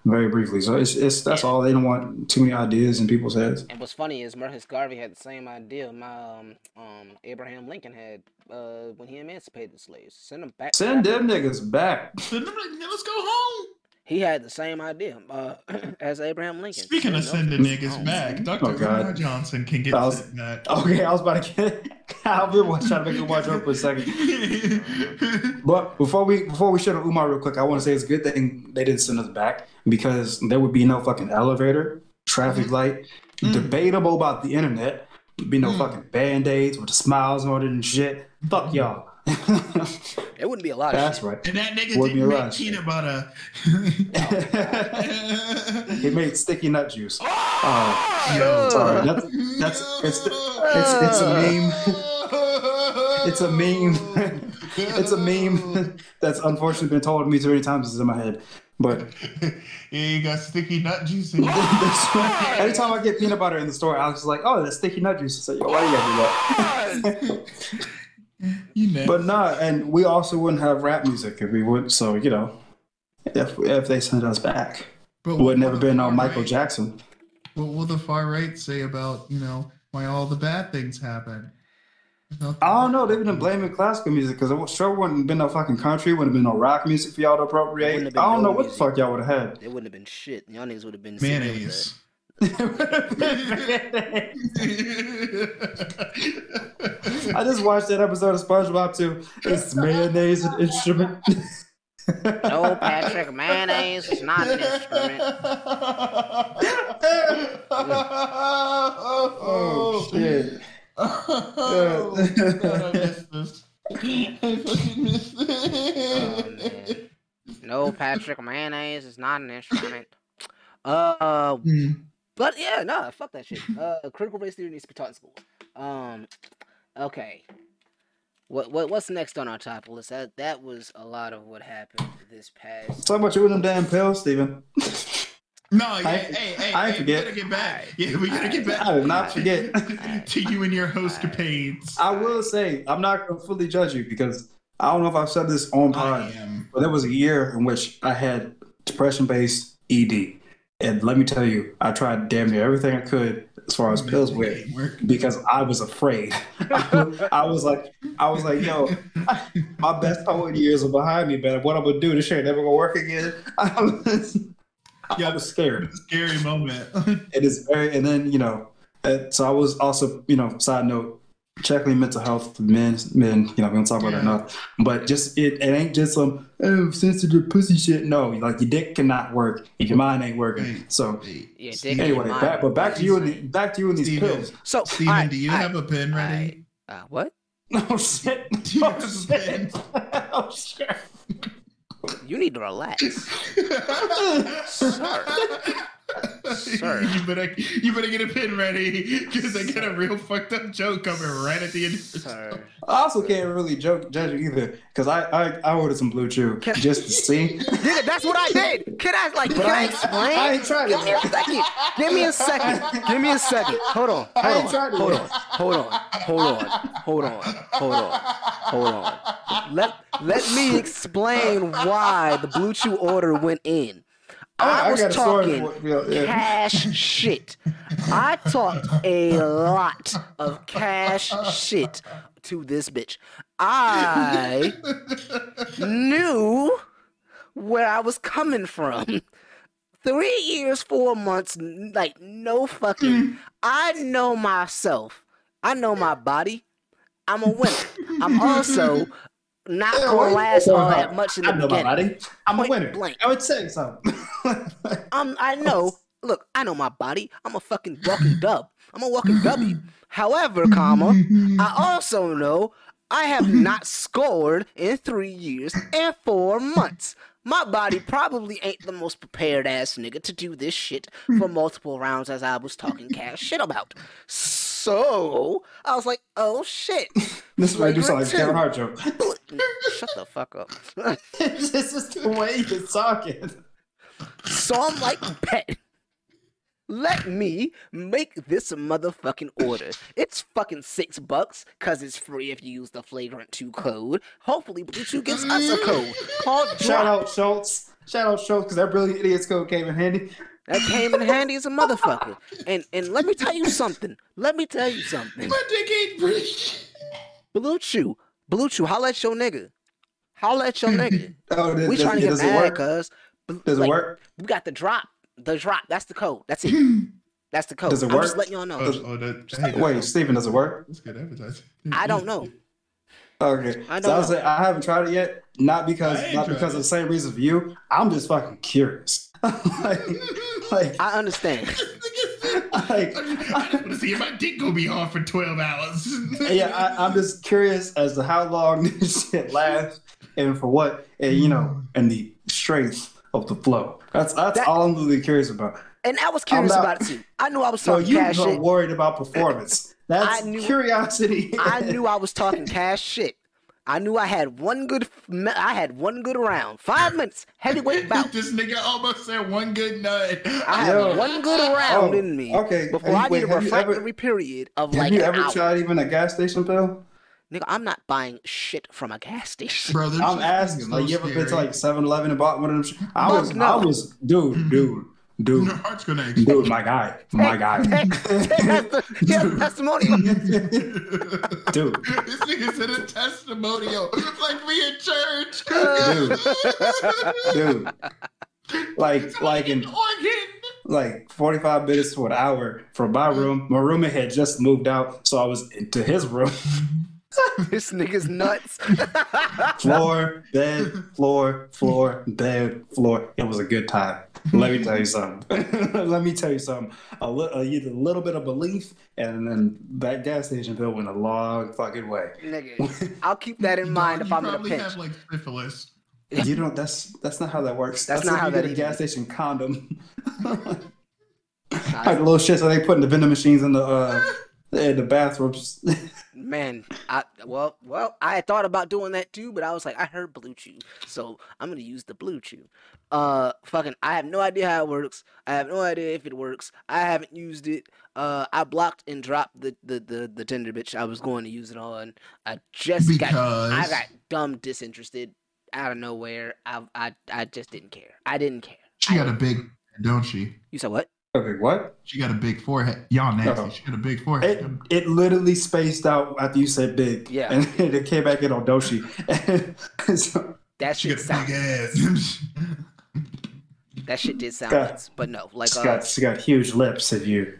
Speaker 3: very briefly. So it's it's that's all they don't want too many ideas in people's heads.
Speaker 1: And what's funny is Marcus Garvey had the same idea. My um, um Abraham Lincoln had uh when he emancipated slaves, send them back.
Speaker 3: Send them niggas back.
Speaker 2: Then I'm like, "Man, let's go home.
Speaker 1: He had the same idea uh, as Abraham Lincoln.
Speaker 2: Speaking
Speaker 1: You
Speaker 2: of
Speaker 1: know?
Speaker 2: sending niggas back, Dr.
Speaker 3: Oh,
Speaker 2: Umar
Speaker 3: God.
Speaker 2: Johnson can get
Speaker 3: That was-
Speaker 2: sent back.
Speaker 3: Okay, I was about to get. I've been watching, trying to make Umar jump for a second. But before we before we shut up Umar real quick, I want to say it's a good thing they didn't send us back because there would be no fucking elevator, traffic light, debatable about the internet, be no fucking band aids with the smiles on it and shit. Fuck y'all.
Speaker 1: It wouldn't be a lot of
Speaker 3: That's
Speaker 1: shit.
Speaker 3: right.
Speaker 2: and that nigga
Speaker 3: Wouldn't be
Speaker 2: didn't make
Speaker 3: rushed.
Speaker 2: peanut butter.
Speaker 3: He made sticky nut juice. Oh, sorry. That's that's it's it's it's a meme. It's a meme. it's a meme that's unfortunately been told to me too many times. It's in my head, but.
Speaker 2: Yeah, you got sticky nut juice in it.
Speaker 3: That's right. Anytime I get peanut butter in the store, Alex is like, "Oh, that's sticky nut juice." It's like, "Yo, why do you gotta do that?"
Speaker 2: You know.
Speaker 3: but nah, and we also wouldn't have rap music if we would. So you know, if if they sent us back,
Speaker 2: But
Speaker 3: it would never
Speaker 2: what the
Speaker 3: been on
Speaker 2: far
Speaker 3: Michael
Speaker 2: right-
Speaker 3: Jackson.
Speaker 2: What will the far right say about you know why all the bad things happen? About the-
Speaker 3: I don't know. They've been blaming classical music because it sure wouldn't have been no fucking country. Wouldn't have been no rock music for y'all to
Speaker 1: Wouldn't
Speaker 3: appropriate.
Speaker 1: have
Speaker 3: I
Speaker 1: been
Speaker 3: don't
Speaker 1: no
Speaker 3: know what the
Speaker 1: music.
Speaker 3: fuck y'all would have had.
Speaker 1: It wouldn't have been shit. Y'all niggas would have been sitting there with
Speaker 2: mayonnaise.
Speaker 3: I just watched that episode of SpongeBob too. It's mayonnaise an instrument.
Speaker 1: the- No, Patrick, mayonnaise is not an instrument.
Speaker 2: oh,
Speaker 3: Oh shit.
Speaker 2: Oh, God, I missed this. I fucking missed
Speaker 1: Oh,
Speaker 2: this.
Speaker 1: man. No, Patrick, mayonnaise is not an instrument. Uh,
Speaker 2: Hmm.
Speaker 1: But yeah, nah, fuck that shit. Uh, critical race theory needs to be taught in schools. Um, okay. What what what's next on our topic list? That that was a lot of what happened this past.
Speaker 3: Talk about you with them damn pills, Steven.
Speaker 2: No, yeah,
Speaker 3: I-
Speaker 2: hey, hey,
Speaker 3: I
Speaker 2: hey,
Speaker 3: forget.
Speaker 2: we gotta get back. Yeah, we gotta get back.
Speaker 3: I did not forget.
Speaker 2: to you and your host capades.
Speaker 3: I will say I'm not gonna fully judge you because I don't know if I've said this on
Speaker 2: I
Speaker 3: pod,
Speaker 2: am.
Speaker 3: but there was a year in which I had depression-based ED, and let me tell you, I tried damn near everything I could as far as pills went
Speaker 2: Work.
Speaker 3: because I was afraid. I was like, I was like, yo, my best poet years are behind me, but what I'm gonna do, this shit ain't never gonna work again. I was, I was scared.
Speaker 2: Scary moment.
Speaker 3: it is very and then you know uh, so i was also you know side note checking mental health for men men you know we don't talk about
Speaker 2: Yeah.
Speaker 3: it enough but just it, it ain't just some oh sensitive pussy shit no like your dick cannot work if your mind ain't working
Speaker 2: Right.
Speaker 3: so
Speaker 1: Yeah, dick
Speaker 2: Steven,
Speaker 1: and
Speaker 3: anyway
Speaker 1: mind
Speaker 3: back but back to you and the,
Speaker 1: insane.
Speaker 3: back to you and these
Speaker 2: Steven.
Speaker 3: pills
Speaker 1: So
Speaker 2: Steven,
Speaker 1: alright,
Speaker 2: do you
Speaker 1: alright,
Speaker 2: have a pen ready?
Speaker 1: uh, what?
Speaker 3: oh shit
Speaker 2: Do you have
Speaker 3: oh
Speaker 2: a
Speaker 3: shit oh shit
Speaker 1: You need to relax. Sir. Sir.
Speaker 2: you better you better get a pen ready because I got a real fucked up joke coming right at the end. of this.
Speaker 1: Sir.
Speaker 3: I also can't really joke judge you either because I, I I ordered some blue chew just to see.
Speaker 1: Nigga, that's what I did. Can I like? Can
Speaker 3: I
Speaker 1: I
Speaker 3: ain't-
Speaker 1: explain?
Speaker 3: I ain't tried
Speaker 1: Give me a
Speaker 3: it.
Speaker 1: second. Give me a second. Give me a second. Hold on.
Speaker 3: I
Speaker 1: Hold
Speaker 3: ain't
Speaker 1: on.
Speaker 3: tried it
Speaker 1: Hold
Speaker 3: yet.
Speaker 1: on. Hold on. Hold on. Hold on. Hold on. Hold on. Let let me explain why the Blue Chew order went in. I,
Speaker 3: I
Speaker 1: was
Speaker 3: got a story
Speaker 1: talking
Speaker 3: for it, yeah, yeah.
Speaker 1: cash shit. I talked a lot of cash shit to this bitch. I knew where I was coming from. Three years, four months, n- like no fucking. I know myself. I know my body. I'm a winner. I'm also not gonna last all that much in the
Speaker 3: I know my
Speaker 1: beginning.
Speaker 3: body. I'm
Speaker 1: Point
Speaker 3: a winner.
Speaker 1: blank.
Speaker 3: I would say something.
Speaker 1: Um, I know. Look, I know my body. I'm a fucking walking dub. I'm a walking W. However, comma, I also know I have not scored in three years and four months. My body probably ain't the most prepared ass nigga to do this shit for multiple rounds as I was talking cash shit about. So I was like, oh shit.
Speaker 3: this might do sound like a
Speaker 1: Flagrant
Speaker 3: Kevin Hart joke.
Speaker 1: Shut the fuck up.
Speaker 3: this is the way you're talking.
Speaker 1: So I'm like, bet. Let me make this motherfucking order. It's fucking six bucks, cause it's free if you use the flagrant two code. Hopefully, Blue Chew gives us a code called
Speaker 3: Shout
Speaker 1: Drop.
Speaker 3: out Schultz. Shout out Schultz because that brilliant idiots code came in handy.
Speaker 1: That came in handy as a motherfucker. And and let me tell you something. Let me tell you something.
Speaker 2: My dick ain't pretty.
Speaker 1: Blue Chew, Blue Chew, holla at your nigga. Holla at your nigga.
Speaker 3: Oh,
Speaker 1: We trying to get
Speaker 3: does it
Speaker 1: mad,
Speaker 3: work?
Speaker 1: cuz But,
Speaker 3: Does it
Speaker 1: like,
Speaker 3: work?
Speaker 1: We got the drop. The drop. That's the code. That's it. That's the code.
Speaker 3: Does it
Speaker 1: I'm just
Speaker 3: work?
Speaker 1: letting y'all know.
Speaker 3: Does-
Speaker 2: Oh, oh, that, hey, that-
Speaker 3: Wait, Steven, does it work?
Speaker 2: that's good advertising.
Speaker 1: I don't know.
Speaker 3: Okay.
Speaker 1: I
Speaker 3: so
Speaker 1: don't
Speaker 3: I
Speaker 1: know.
Speaker 3: was like, I haven't tried it yet. Not because
Speaker 2: I ain't
Speaker 3: not
Speaker 2: tried
Speaker 3: because
Speaker 2: it.
Speaker 3: of the same reason for you. I'm just fucking curious. like, like,
Speaker 1: I understand.
Speaker 3: like,
Speaker 2: I want to see if my dick gonna be hard for twelve hours.
Speaker 3: yeah, I, I'm just curious as to how long this shit lasts and for what, and you know, and the strength of the flow. That's that's
Speaker 1: Mm. That-
Speaker 3: all I'm really curious about.
Speaker 1: And I was curious
Speaker 3: not-
Speaker 1: about it too. I knew I was
Speaker 3: So
Speaker 1: talking
Speaker 3: you
Speaker 1: cash
Speaker 3: were
Speaker 1: shit.
Speaker 3: worried about performance. That's
Speaker 1: I knew-
Speaker 3: curiosity.
Speaker 1: I knew I was talking cash shit. I knew I had one good. f- me- I had one good round. Five minutes heavyweight bout.
Speaker 2: this nigga almost said one good nut.
Speaker 1: I have
Speaker 3: Yo.
Speaker 1: one good round
Speaker 3: Oh,
Speaker 1: in me.
Speaker 3: okay.
Speaker 1: Before
Speaker 3: Have
Speaker 1: I
Speaker 3: you- wait,
Speaker 1: need a
Speaker 3: have you ever-
Speaker 1: refractory period of
Speaker 3: Have
Speaker 1: like
Speaker 3: you
Speaker 1: an
Speaker 3: ever
Speaker 1: hour.
Speaker 3: tried even a gas station pill?
Speaker 1: Nigga, I'm not buying shit from a gas station.
Speaker 2: Brother,
Speaker 3: I'm asking, like, you ever been to like 7 Eleven and bought one of them? Sh- I
Speaker 1: Fuck
Speaker 3: was,
Speaker 1: no. Mm-hmm.
Speaker 3: I was, dude, dude,
Speaker 2: Your
Speaker 3: dude,
Speaker 2: heart's gonna
Speaker 3: dude, my guy, my guy,
Speaker 1: That's the that's the testimonial.
Speaker 2: explode.
Speaker 3: dude.
Speaker 2: This nigga said a testimonial, like me in church.
Speaker 3: Dude. Dude, like, like in like 45 minutes to an hour from my
Speaker 1: Mm-hmm.
Speaker 3: room, my roommate had just moved out, so I was into his room.
Speaker 1: This nigga's nuts.
Speaker 3: Floor, bed, floor, floor, bed, floor. It was a good time. Let me tell you something. Let me tell you something. A little, a either little bit of belief, and then that gas station bill went a long fucking way.
Speaker 1: Nigga, I'll keep that in mind if
Speaker 2: you
Speaker 1: I'm in a
Speaker 2: probably
Speaker 1: pinch.
Speaker 2: have like syphilis.
Speaker 3: You don't. That's that's not how that works.
Speaker 1: That's
Speaker 3: That's,
Speaker 1: not
Speaker 3: like
Speaker 1: how
Speaker 3: you
Speaker 1: that
Speaker 3: get
Speaker 1: is.
Speaker 3: a gas station condom. like
Speaker 1: I-
Speaker 3: little shits that they put in the vending machines in the uh in the bathrooms.
Speaker 1: man, I well, well, I had thought about doing that too, but I was like, I heard Blue Chew, so I'm gonna use the Blue Chew. Uh, fucking, I have no idea how it works. I have no idea if it works. I haven't used it. Uh, I blocked and dropped the the the, the Tinder bitch I was going to use it on. I just got
Speaker 2: Because
Speaker 1: I got dumb disinterested out of nowhere. I I I just didn't care. I didn't care.
Speaker 2: she got a big, don't she?
Speaker 1: You said what?
Speaker 3: okay, what?
Speaker 2: She got a big forehead. Y'all nasty.
Speaker 3: Uh-oh.
Speaker 2: She got a big forehead.
Speaker 3: It it literally spaced out after you said big.
Speaker 1: Yeah.
Speaker 3: and then it came back in on Doshi. so,
Speaker 1: That
Speaker 2: she
Speaker 1: shit
Speaker 2: got a
Speaker 1: sound,
Speaker 2: big ass.
Speaker 1: that shit did sound
Speaker 3: Got-
Speaker 1: nuts, but no, like
Speaker 3: she
Speaker 1: uh,
Speaker 3: got she got huge lips. If you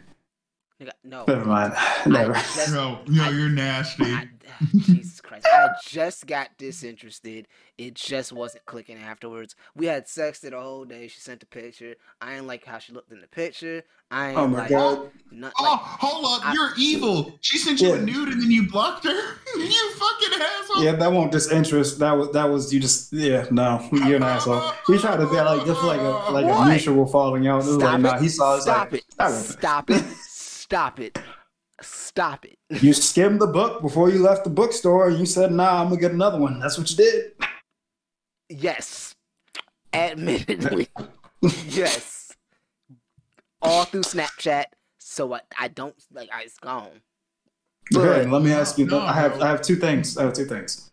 Speaker 1: nigga, no.
Speaker 3: never mind,
Speaker 1: I
Speaker 3: never.
Speaker 1: just-
Speaker 2: yo, yo, you're nasty.
Speaker 1: I, uh, Jesus Christ. I just got disinterested. It just wasn't clicking afterwards. We had sex the whole day. She sent a picture. I ain't like how she looked in the picture. I ain't
Speaker 3: Oh my
Speaker 1: like,
Speaker 3: god!
Speaker 1: Not,
Speaker 2: Oh, hold up!
Speaker 1: I-
Speaker 2: You're evil. She sent you
Speaker 3: Yeah.
Speaker 2: a nude and then you blocked her. you fucking asshole.
Speaker 3: Yeah, that won't disinterest. That was that was you just yeah no you're an asshole. You tried to be like just like a like
Speaker 1: What?
Speaker 3: a mutual falling out. It was
Speaker 1: stop
Speaker 3: like
Speaker 1: it.
Speaker 3: nah, Oh, he saw it's
Speaker 1: stop
Speaker 3: like,
Speaker 1: it.
Speaker 3: "I don't-
Speaker 1: Stop it. Stop it. Stop it.
Speaker 3: You skimmed the book before you left the bookstore. and You said, "Nah, I'm gonna get another one." That's what you did.
Speaker 1: Yes. Admittedly. yes. All through Snapchat. So I, I don't like I it's gone.
Speaker 3: Okay,
Speaker 1: But-
Speaker 3: let me ask you.
Speaker 2: No,
Speaker 3: I have
Speaker 2: bro.
Speaker 3: I have two things. I have two things.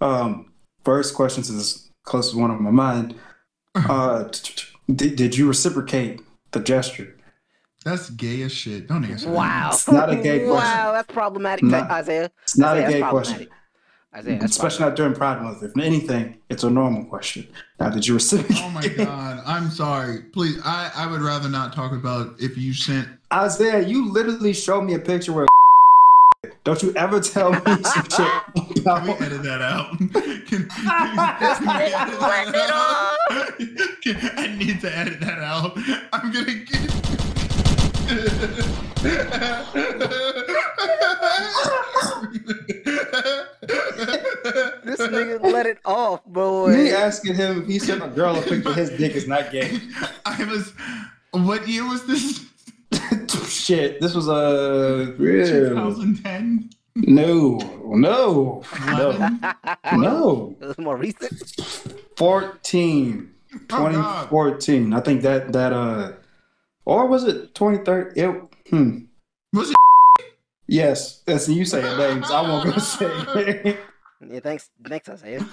Speaker 3: Um, first question is closest one on my mind. Uh, t- t- t- did, did you reciprocate the gesture?
Speaker 2: That's gay as shit. Don't answer. that.
Speaker 1: Wow.
Speaker 3: It's not a gay
Speaker 1: Wow,
Speaker 3: question.
Speaker 1: that's problematic,
Speaker 3: Not-
Speaker 1: Isaiah.
Speaker 3: It's not
Speaker 1: Isaiah,
Speaker 3: a
Speaker 1: that's
Speaker 3: gay question,
Speaker 1: problematic. Isaiah, that's
Speaker 3: especially not during Pride Month. If anything, it's a normal question. Now, did you reciprocate?
Speaker 2: Oh my god. I'm sorry. Please, I, I would rather not talk about if you sent
Speaker 3: Isaiah, you literally showed me a picture where. Don't you ever tell me some shit
Speaker 2: Can we
Speaker 3: about
Speaker 2: edit that out? Can, can, can we edit that out? Can- I need to edit that out. I'm gonna get.
Speaker 1: This nigga let it off,
Speaker 3: me
Speaker 1: boy.
Speaker 3: asking him if he sent a girl a picture. His dick is not gay.
Speaker 2: I was. What year was this?
Speaker 3: Shit, this was uh, a
Speaker 2: 2010.
Speaker 3: no, no, no,
Speaker 2: 11?
Speaker 3: no.
Speaker 1: It was more recent.
Speaker 3: 14,
Speaker 2: Oh, God.
Speaker 3: 2014. I think that that uh, or was it 2013? It hmm.
Speaker 2: Was it?
Speaker 3: Yes, that's you saying names. I won't go say. names.
Speaker 1: Yeah, thanks, thanks, Isaiah.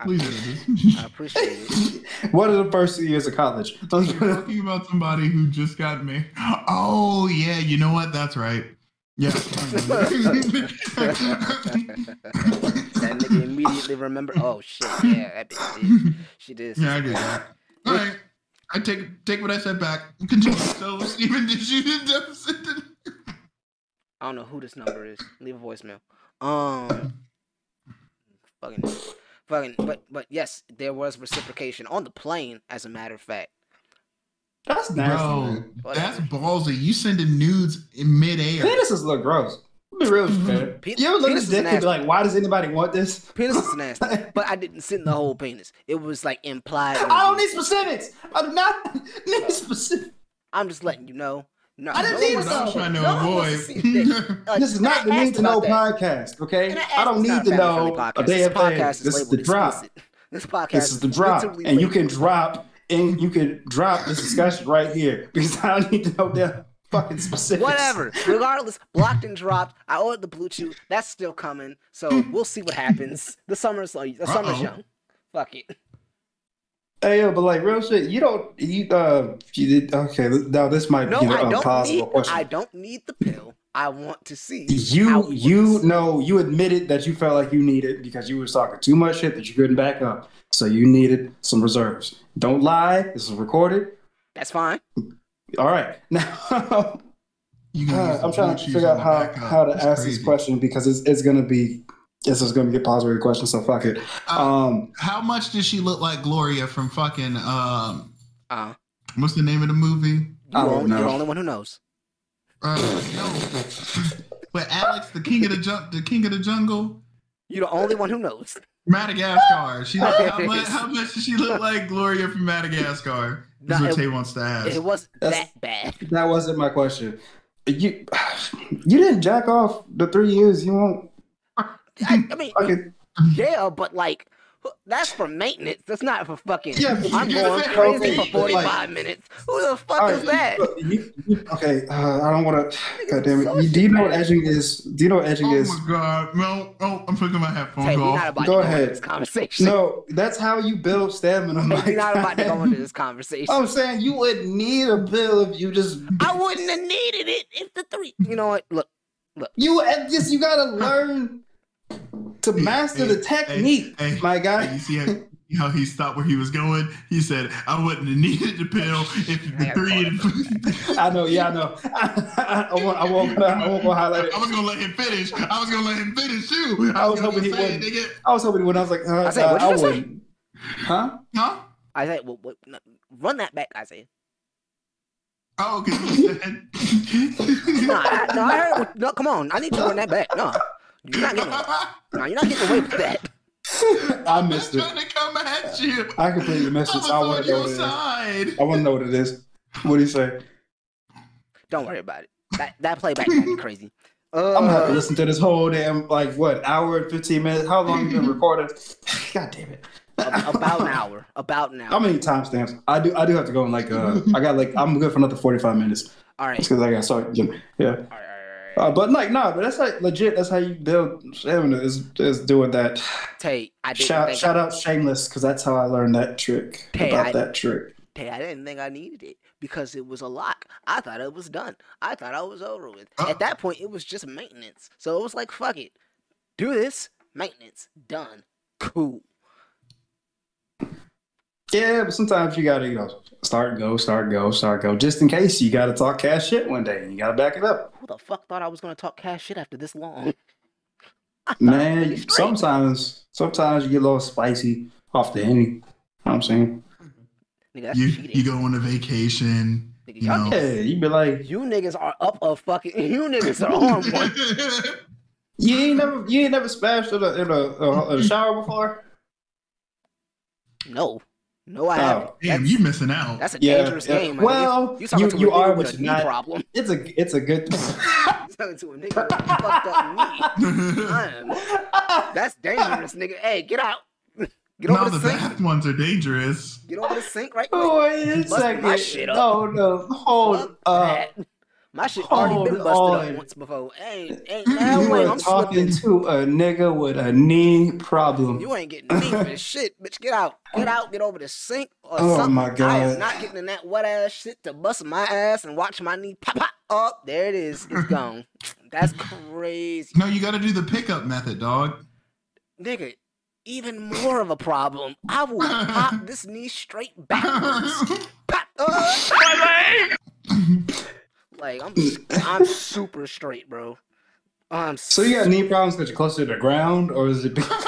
Speaker 1: I,
Speaker 2: Please edit this.
Speaker 1: I appreciate it.
Speaker 3: what are the first two years of college?
Speaker 2: You're talking about somebody who just got me. Oh yeah, you know what? That's right. Yeah.
Speaker 1: that nigga immediately remembered. Oh shit, yeah, that bitch did. She did.
Speaker 2: Yeah, I get that. All right. I take take what I said back. Continue. So, Stephen, did you end up sending?
Speaker 1: I don't know who this number is. Leave a voicemail. Um, fucking, fucking, but but yes, there was reciprocation on the plane. As a matter of fact,
Speaker 3: That's nasty.
Speaker 2: Bro,
Speaker 3: man.
Speaker 2: that's ballsy. You sending nudes in midair.
Speaker 3: Penises look gross. Be real,
Speaker 2: Mm-hmm.
Speaker 3: man.
Speaker 1: Pe-
Speaker 3: you ever look at
Speaker 1: penis
Speaker 3: this
Speaker 1: is
Speaker 3: dick and be
Speaker 1: nasty.
Speaker 3: like, why does anybody want this?
Speaker 1: penis is nasty, but I didn't send the whole penis. It was like implied. in
Speaker 3: I don't
Speaker 1: the-
Speaker 3: need specifics. I do not need specifics.
Speaker 1: I'm just letting you know. No,
Speaker 3: I didn't
Speaker 1: no
Speaker 3: need
Speaker 1: one
Speaker 2: What
Speaker 3: to
Speaker 1: wants
Speaker 2: I'm
Speaker 3: know.
Speaker 1: to-
Speaker 2: trying to
Speaker 1: no one wants to see dick.
Speaker 2: avoid.
Speaker 1: Like,
Speaker 3: This is
Speaker 1: and Uh, I
Speaker 3: not the need
Speaker 1: asked
Speaker 3: to know
Speaker 1: about that.
Speaker 3: podcast, okay?
Speaker 1: And
Speaker 3: I
Speaker 1: asked
Speaker 3: don't
Speaker 1: it's not
Speaker 3: need
Speaker 1: a
Speaker 3: to
Speaker 1: family-friendly
Speaker 3: know
Speaker 1: podcast.
Speaker 3: a damn
Speaker 1: This
Speaker 3: thing.
Speaker 1: podcast is
Speaker 3: This is the
Speaker 1: labeled
Speaker 3: drop.
Speaker 1: explicit. This podcast
Speaker 3: This is the drop,
Speaker 1: literally
Speaker 3: and you
Speaker 1: labeled-
Speaker 3: can drop, and you can drop this discussion right here because I don't need to know damn fucking specifics.
Speaker 1: Whatever. Regardless, blocked and dropped. I owe it the blue chew. That's still coming. So we'll see what happens. The summer's like the summer's
Speaker 2: Uh-oh.
Speaker 1: young. Fuck it.
Speaker 3: Hey, yo, but like real shit, you don't. You uh, you did, okay. Now this might
Speaker 1: No,
Speaker 3: be an
Speaker 1: I don't
Speaker 3: impossible
Speaker 1: need
Speaker 3: question.
Speaker 1: I don't need the pill. I want to see. how
Speaker 3: you
Speaker 1: it
Speaker 3: you
Speaker 1: works.
Speaker 3: know you admitted that you felt like you needed because you was talking too much shit that you couldn't back up, so you needed some reserves. Don't lie. This is recorded.
Speaker 1: That's fine.
Speaker 3: All right. Now
Speaker 2: You gonna use
Speaker 3: Uh,
Speaker 2: the
Speaker 3: I'm trying to
Speaker 2: Bluetooth
Speaker 3: figure
Speaker 2: on
Speaker 3: out
Speaker 2: the
Speaker 3: how,
Speaker 2: backup.
Speaker 3: how to
Speaker 2: That's
Speaker 3: ask
Speaker 2: crazy.
Speaker 3: this question because it's, it's going to be this is going to be a positive question. So fuck it.
Speaker 2: Uh,
Speaker 3: Um,
Speaker 2: how much does she look like Gloria from fucking um?
Speaker 1: Uh
Speaker 2: What's the name of the movie?
Speaker 3: I
Speaker 1: you're,
Speaker 3: don't
Speaker 1: only, you're
Speaker 3: know.
Speaker 1: the only one who knows.
Speaker 2: Uh, no. But Alex, the king of the junk, the king of the jungle,
Speaker 1: You're the only one who knows.
Speaker 2: Madagascar. She how much? How much does she look like Gloria from Madagascar? That's
Speaker 1: No,
Speaker 2: what
Speaker 1: it-
Speaker 2: Tay wants to ask.
Speaker 1: It wasn't
Speaker 3: That's-
Speaker 1: that bad.
Speaker 3: that wasn't my question. You you didn't jack off the three years. You won't.
Speaker 1: I, I mean,
Speaker 3: fucking
Speaker 1: yeah, but like, that's for maintenance. That's not for fucking.
Speaker 3: Yeah, but you
Speaker 1: I'm
Speaker 2: get
Speaker 1: going
Speaker 2: it.
Speaker 1: crazy for
Speaker 2: Like-
Speaker 1: 45 minutes. Who the fuck
Speaker 3: All
Speaker 1: is
Speaker 3: right.
Speaker 1: that?
Speaker 3: Look, you- you- okay, uh, I don't want to.
Speaker 1: Niggas
Speaker 3: God damn
Speaker 1: are
Speaker 3: it! You, do you know what
Speaker 1: sociopaths.
Speaker 3: edging is? Do you know what edging
Speaker 2: Oh
Speaker 3: is?
Speaker 2: my god! No, oh, I'm fucking my headphone
Speaker 1: Hey, we're
Speaker 2: call.
Speaker 1: not about
Speaker 3: Go
Speaker 1: to go into
Speaker 3: ahead.
Speaker 1: this conversation.
Speaker 3: No, that's how you build stamina.
Speaker 1: Hey,
Speaker 3: my
Speaker 1: we're not about to go
Speaker 3: guy.
Speaker 1: into this conversation.
Speaker 3: I'm saying you wouldn't need a pill if you just
Speaker 1: I wouldn't have needed it if the three. You know what? Look,
Speaker 3: You and just you gotta learn to master
Speaker 2: hey,
Speaker 3: the technique,
Speaker 2: hey, hey,
Speaker 3: my
Speaker 2: Hey,
Speaker 3: guy.
Speaker 2: You see how, you know, he stopped where he was going? He said, I wouldn't have needed the pill if
Speaker 1: I
Speaker 2: the
Speaker 1: got
Speaker 2: three.
Speaker 3: I know, yeah, I know. I, won't, I won't, I won't go highlight it.
Speaker 2: I was gonna let him finish. I was gonna let him finish too. I
Speaker 3: I
Speaker 2: was
Speaker 3: was
Speaker 2: gonna
Speaker 3: hoping he
Speaker 2: say,
Speaker 3: wouldn't.
Speaker 2: nigga,
Speaker 3: I was hoping when I was like, uh,
Speaker 1: I said,
Speaker 3: uh,
Speaker 1: what did
Speaker 3: I
Speaker 1: you say?
Speaker 3: wouldn't. Huh?
Speaker 2: huh?
Speaker 1: I said, well, wait, no, run that back, Isaiah.
Speaker 2: Oh, because he said.
Speaker 1: No, I, no, I heard. what- No, come on. I need you to run that back. No, you're not getting. No, you're not getting away with that.
Speaker 3: I missed
Speaker 2: I'm
Speaker 3: it.
Speaker 2: trying to come at you.
Speaker 3: I completely missed
Speaker 2: I
Speaker 3: it.
Speaker 2: was
Speaker 3: so I
Speaker 2: on
Speaker 3: want to know
Speaker 2: your
Speaker 3: what it is. I
Speaker 2: side.
Speaker 3: want to know what it is. What do you say?
Speaker 1: Don't worry about it. That that playback might be crazy. Uh,
Speaker 3: I'm gonna have to listen to this whole damn like what hour and fifteen minutes. How long you been recording? God damn it!
Speaker 1: ab- about an hour. About an hour.
Speaker 3: How many timestamps? I do. I do have to go and like. Uh, I got like. I'm good for another forty five minutes.
Speaker 1: All right.
Speaker 3: It's because I got sorry, Jim. Yeah.
Speaker 1: All right, all right, all right.
Speaker 3: Uh, but like, nah, but that's like legit. That's how you build stamina is is doing that.
Speaker 1: Tay, I didn't
Speaker 3: Uh, Shout
Speaker 1: think
Speaker 3: shout out Shameless because that's how I learned that trick
Speaker 1: Hey,
Speaker 3: about
Speaker 1: I-
Speaker 3: that trick.
Speaker 1: Tay, I didn't think I needed it because it was a lock. I thought it was done. I thought I was over with.
Speaker 2: Uh.
Speaker 1: At that point, it was just maintenance. So it was like, fuck it. Do this. Maintenance. Done. Cool.
Speaker 3: Yeah, but sometimes you gotta you know start go start go start go just in case you gotta talk cash shit one day and you gotta back it up,
Speaker 1: Who the fuck thought I was gonna talk cash shit after this long? I thought I was
Speaker 3: man.
Speaker 1: pretty straight.
Speaker 3: Sometimes sometimes you get a little spicy off the henny. You know what I'm saying,
Speaker 1: Nigga, that's
Speaker 2: You,
Speaker 1: cheating.
Speaker 2: you go on a vacation.
Speaker 1: Nigga,
Speaker 2: you
Speaker 1: y'all
Speaker 2: know.
Speaker 1: niggas-
Speaker 3: yeah, you be like,
Speaker 1: you niggas are up a fucking. You niggas are on one.
Speaker 3: you ain't never you ain't never smashed in a in a, a, a shower before.
Speaker 1: No, no, I haven't.
Speaker 3: Oh,
Speaker 2: Damn,
Speaker 1: That's-
Speaker 2: you missing out.
Speaker 1: That's a
Speaker 3: yeah,
Speaker 1: dangerous
Speaker 3: yeah.
Speaker 1: game. my nigga.
Speaker 3: Well,
Speaker 1: you talking
Speaker 3: you-
Speaker 1: to a
Speaker 3: you
Speaker 1: nigga
Speaker 3: are,
Speaker 1: with a
Speaker 3: but you're
Speaker 1: knee
Speaker 3: not.
Speaker 1: problem?
Speaker 3: It's a it's a good.
Speaker 1: You talking to a nigga with a fucked up knee? I am- That's dangerous, nigga. Hey, get out. Get
Speaker 2: Now
Speaker 1: over
Speaker 2: the
Speaker 1: the sink.
Speaker 2: bath ones are dangerous.
Speaker 1: Get over the sink right quick.
Speaker 3: Oh, wait a
Speaker 1: Bust my
Speaker 3: second.
Speaker 1: shit up.
Speaker 3: No, no. Hold
Speaker 1: Fuck
Speaker 3: up.
Speaker 1: that. My shit already been
Speaker 3: hold
Speaker 1: busted
Speaker 3: on.
Speaker 1: up once before. Ain't ain't
Speaker 2: You
Speaker 1: no
Speaker 3: You
Speaker 1: way
Speaker 3: were
Speaker 1: I'm slipping.
Speaker 3: talking to a nigga with a knee problem.
Speaker 1: You ain't getting me for this shit, bitch. Get out. Get out. Get over the sink or
Speaker 3: Oh,
Speaker 1: something.
Speaker 3: my
Speaker 1: I am
Speaker 3: God.
Speaker 1: not getting in that wet ass shit to bust my ass and watch my knee pop pop up. There it is. It's gone. That's crazy.
Speaker 2: No, you got to do the pickup method, dog.
Speaker 1: Nigga, even more of a problem, I will pop this knee straight backwards. Pop- Oh, my leg! like I'm, I'm super straight, bro. I'm
Speaker 3: So you got knee problems because you're closer to the ground, or is it? Because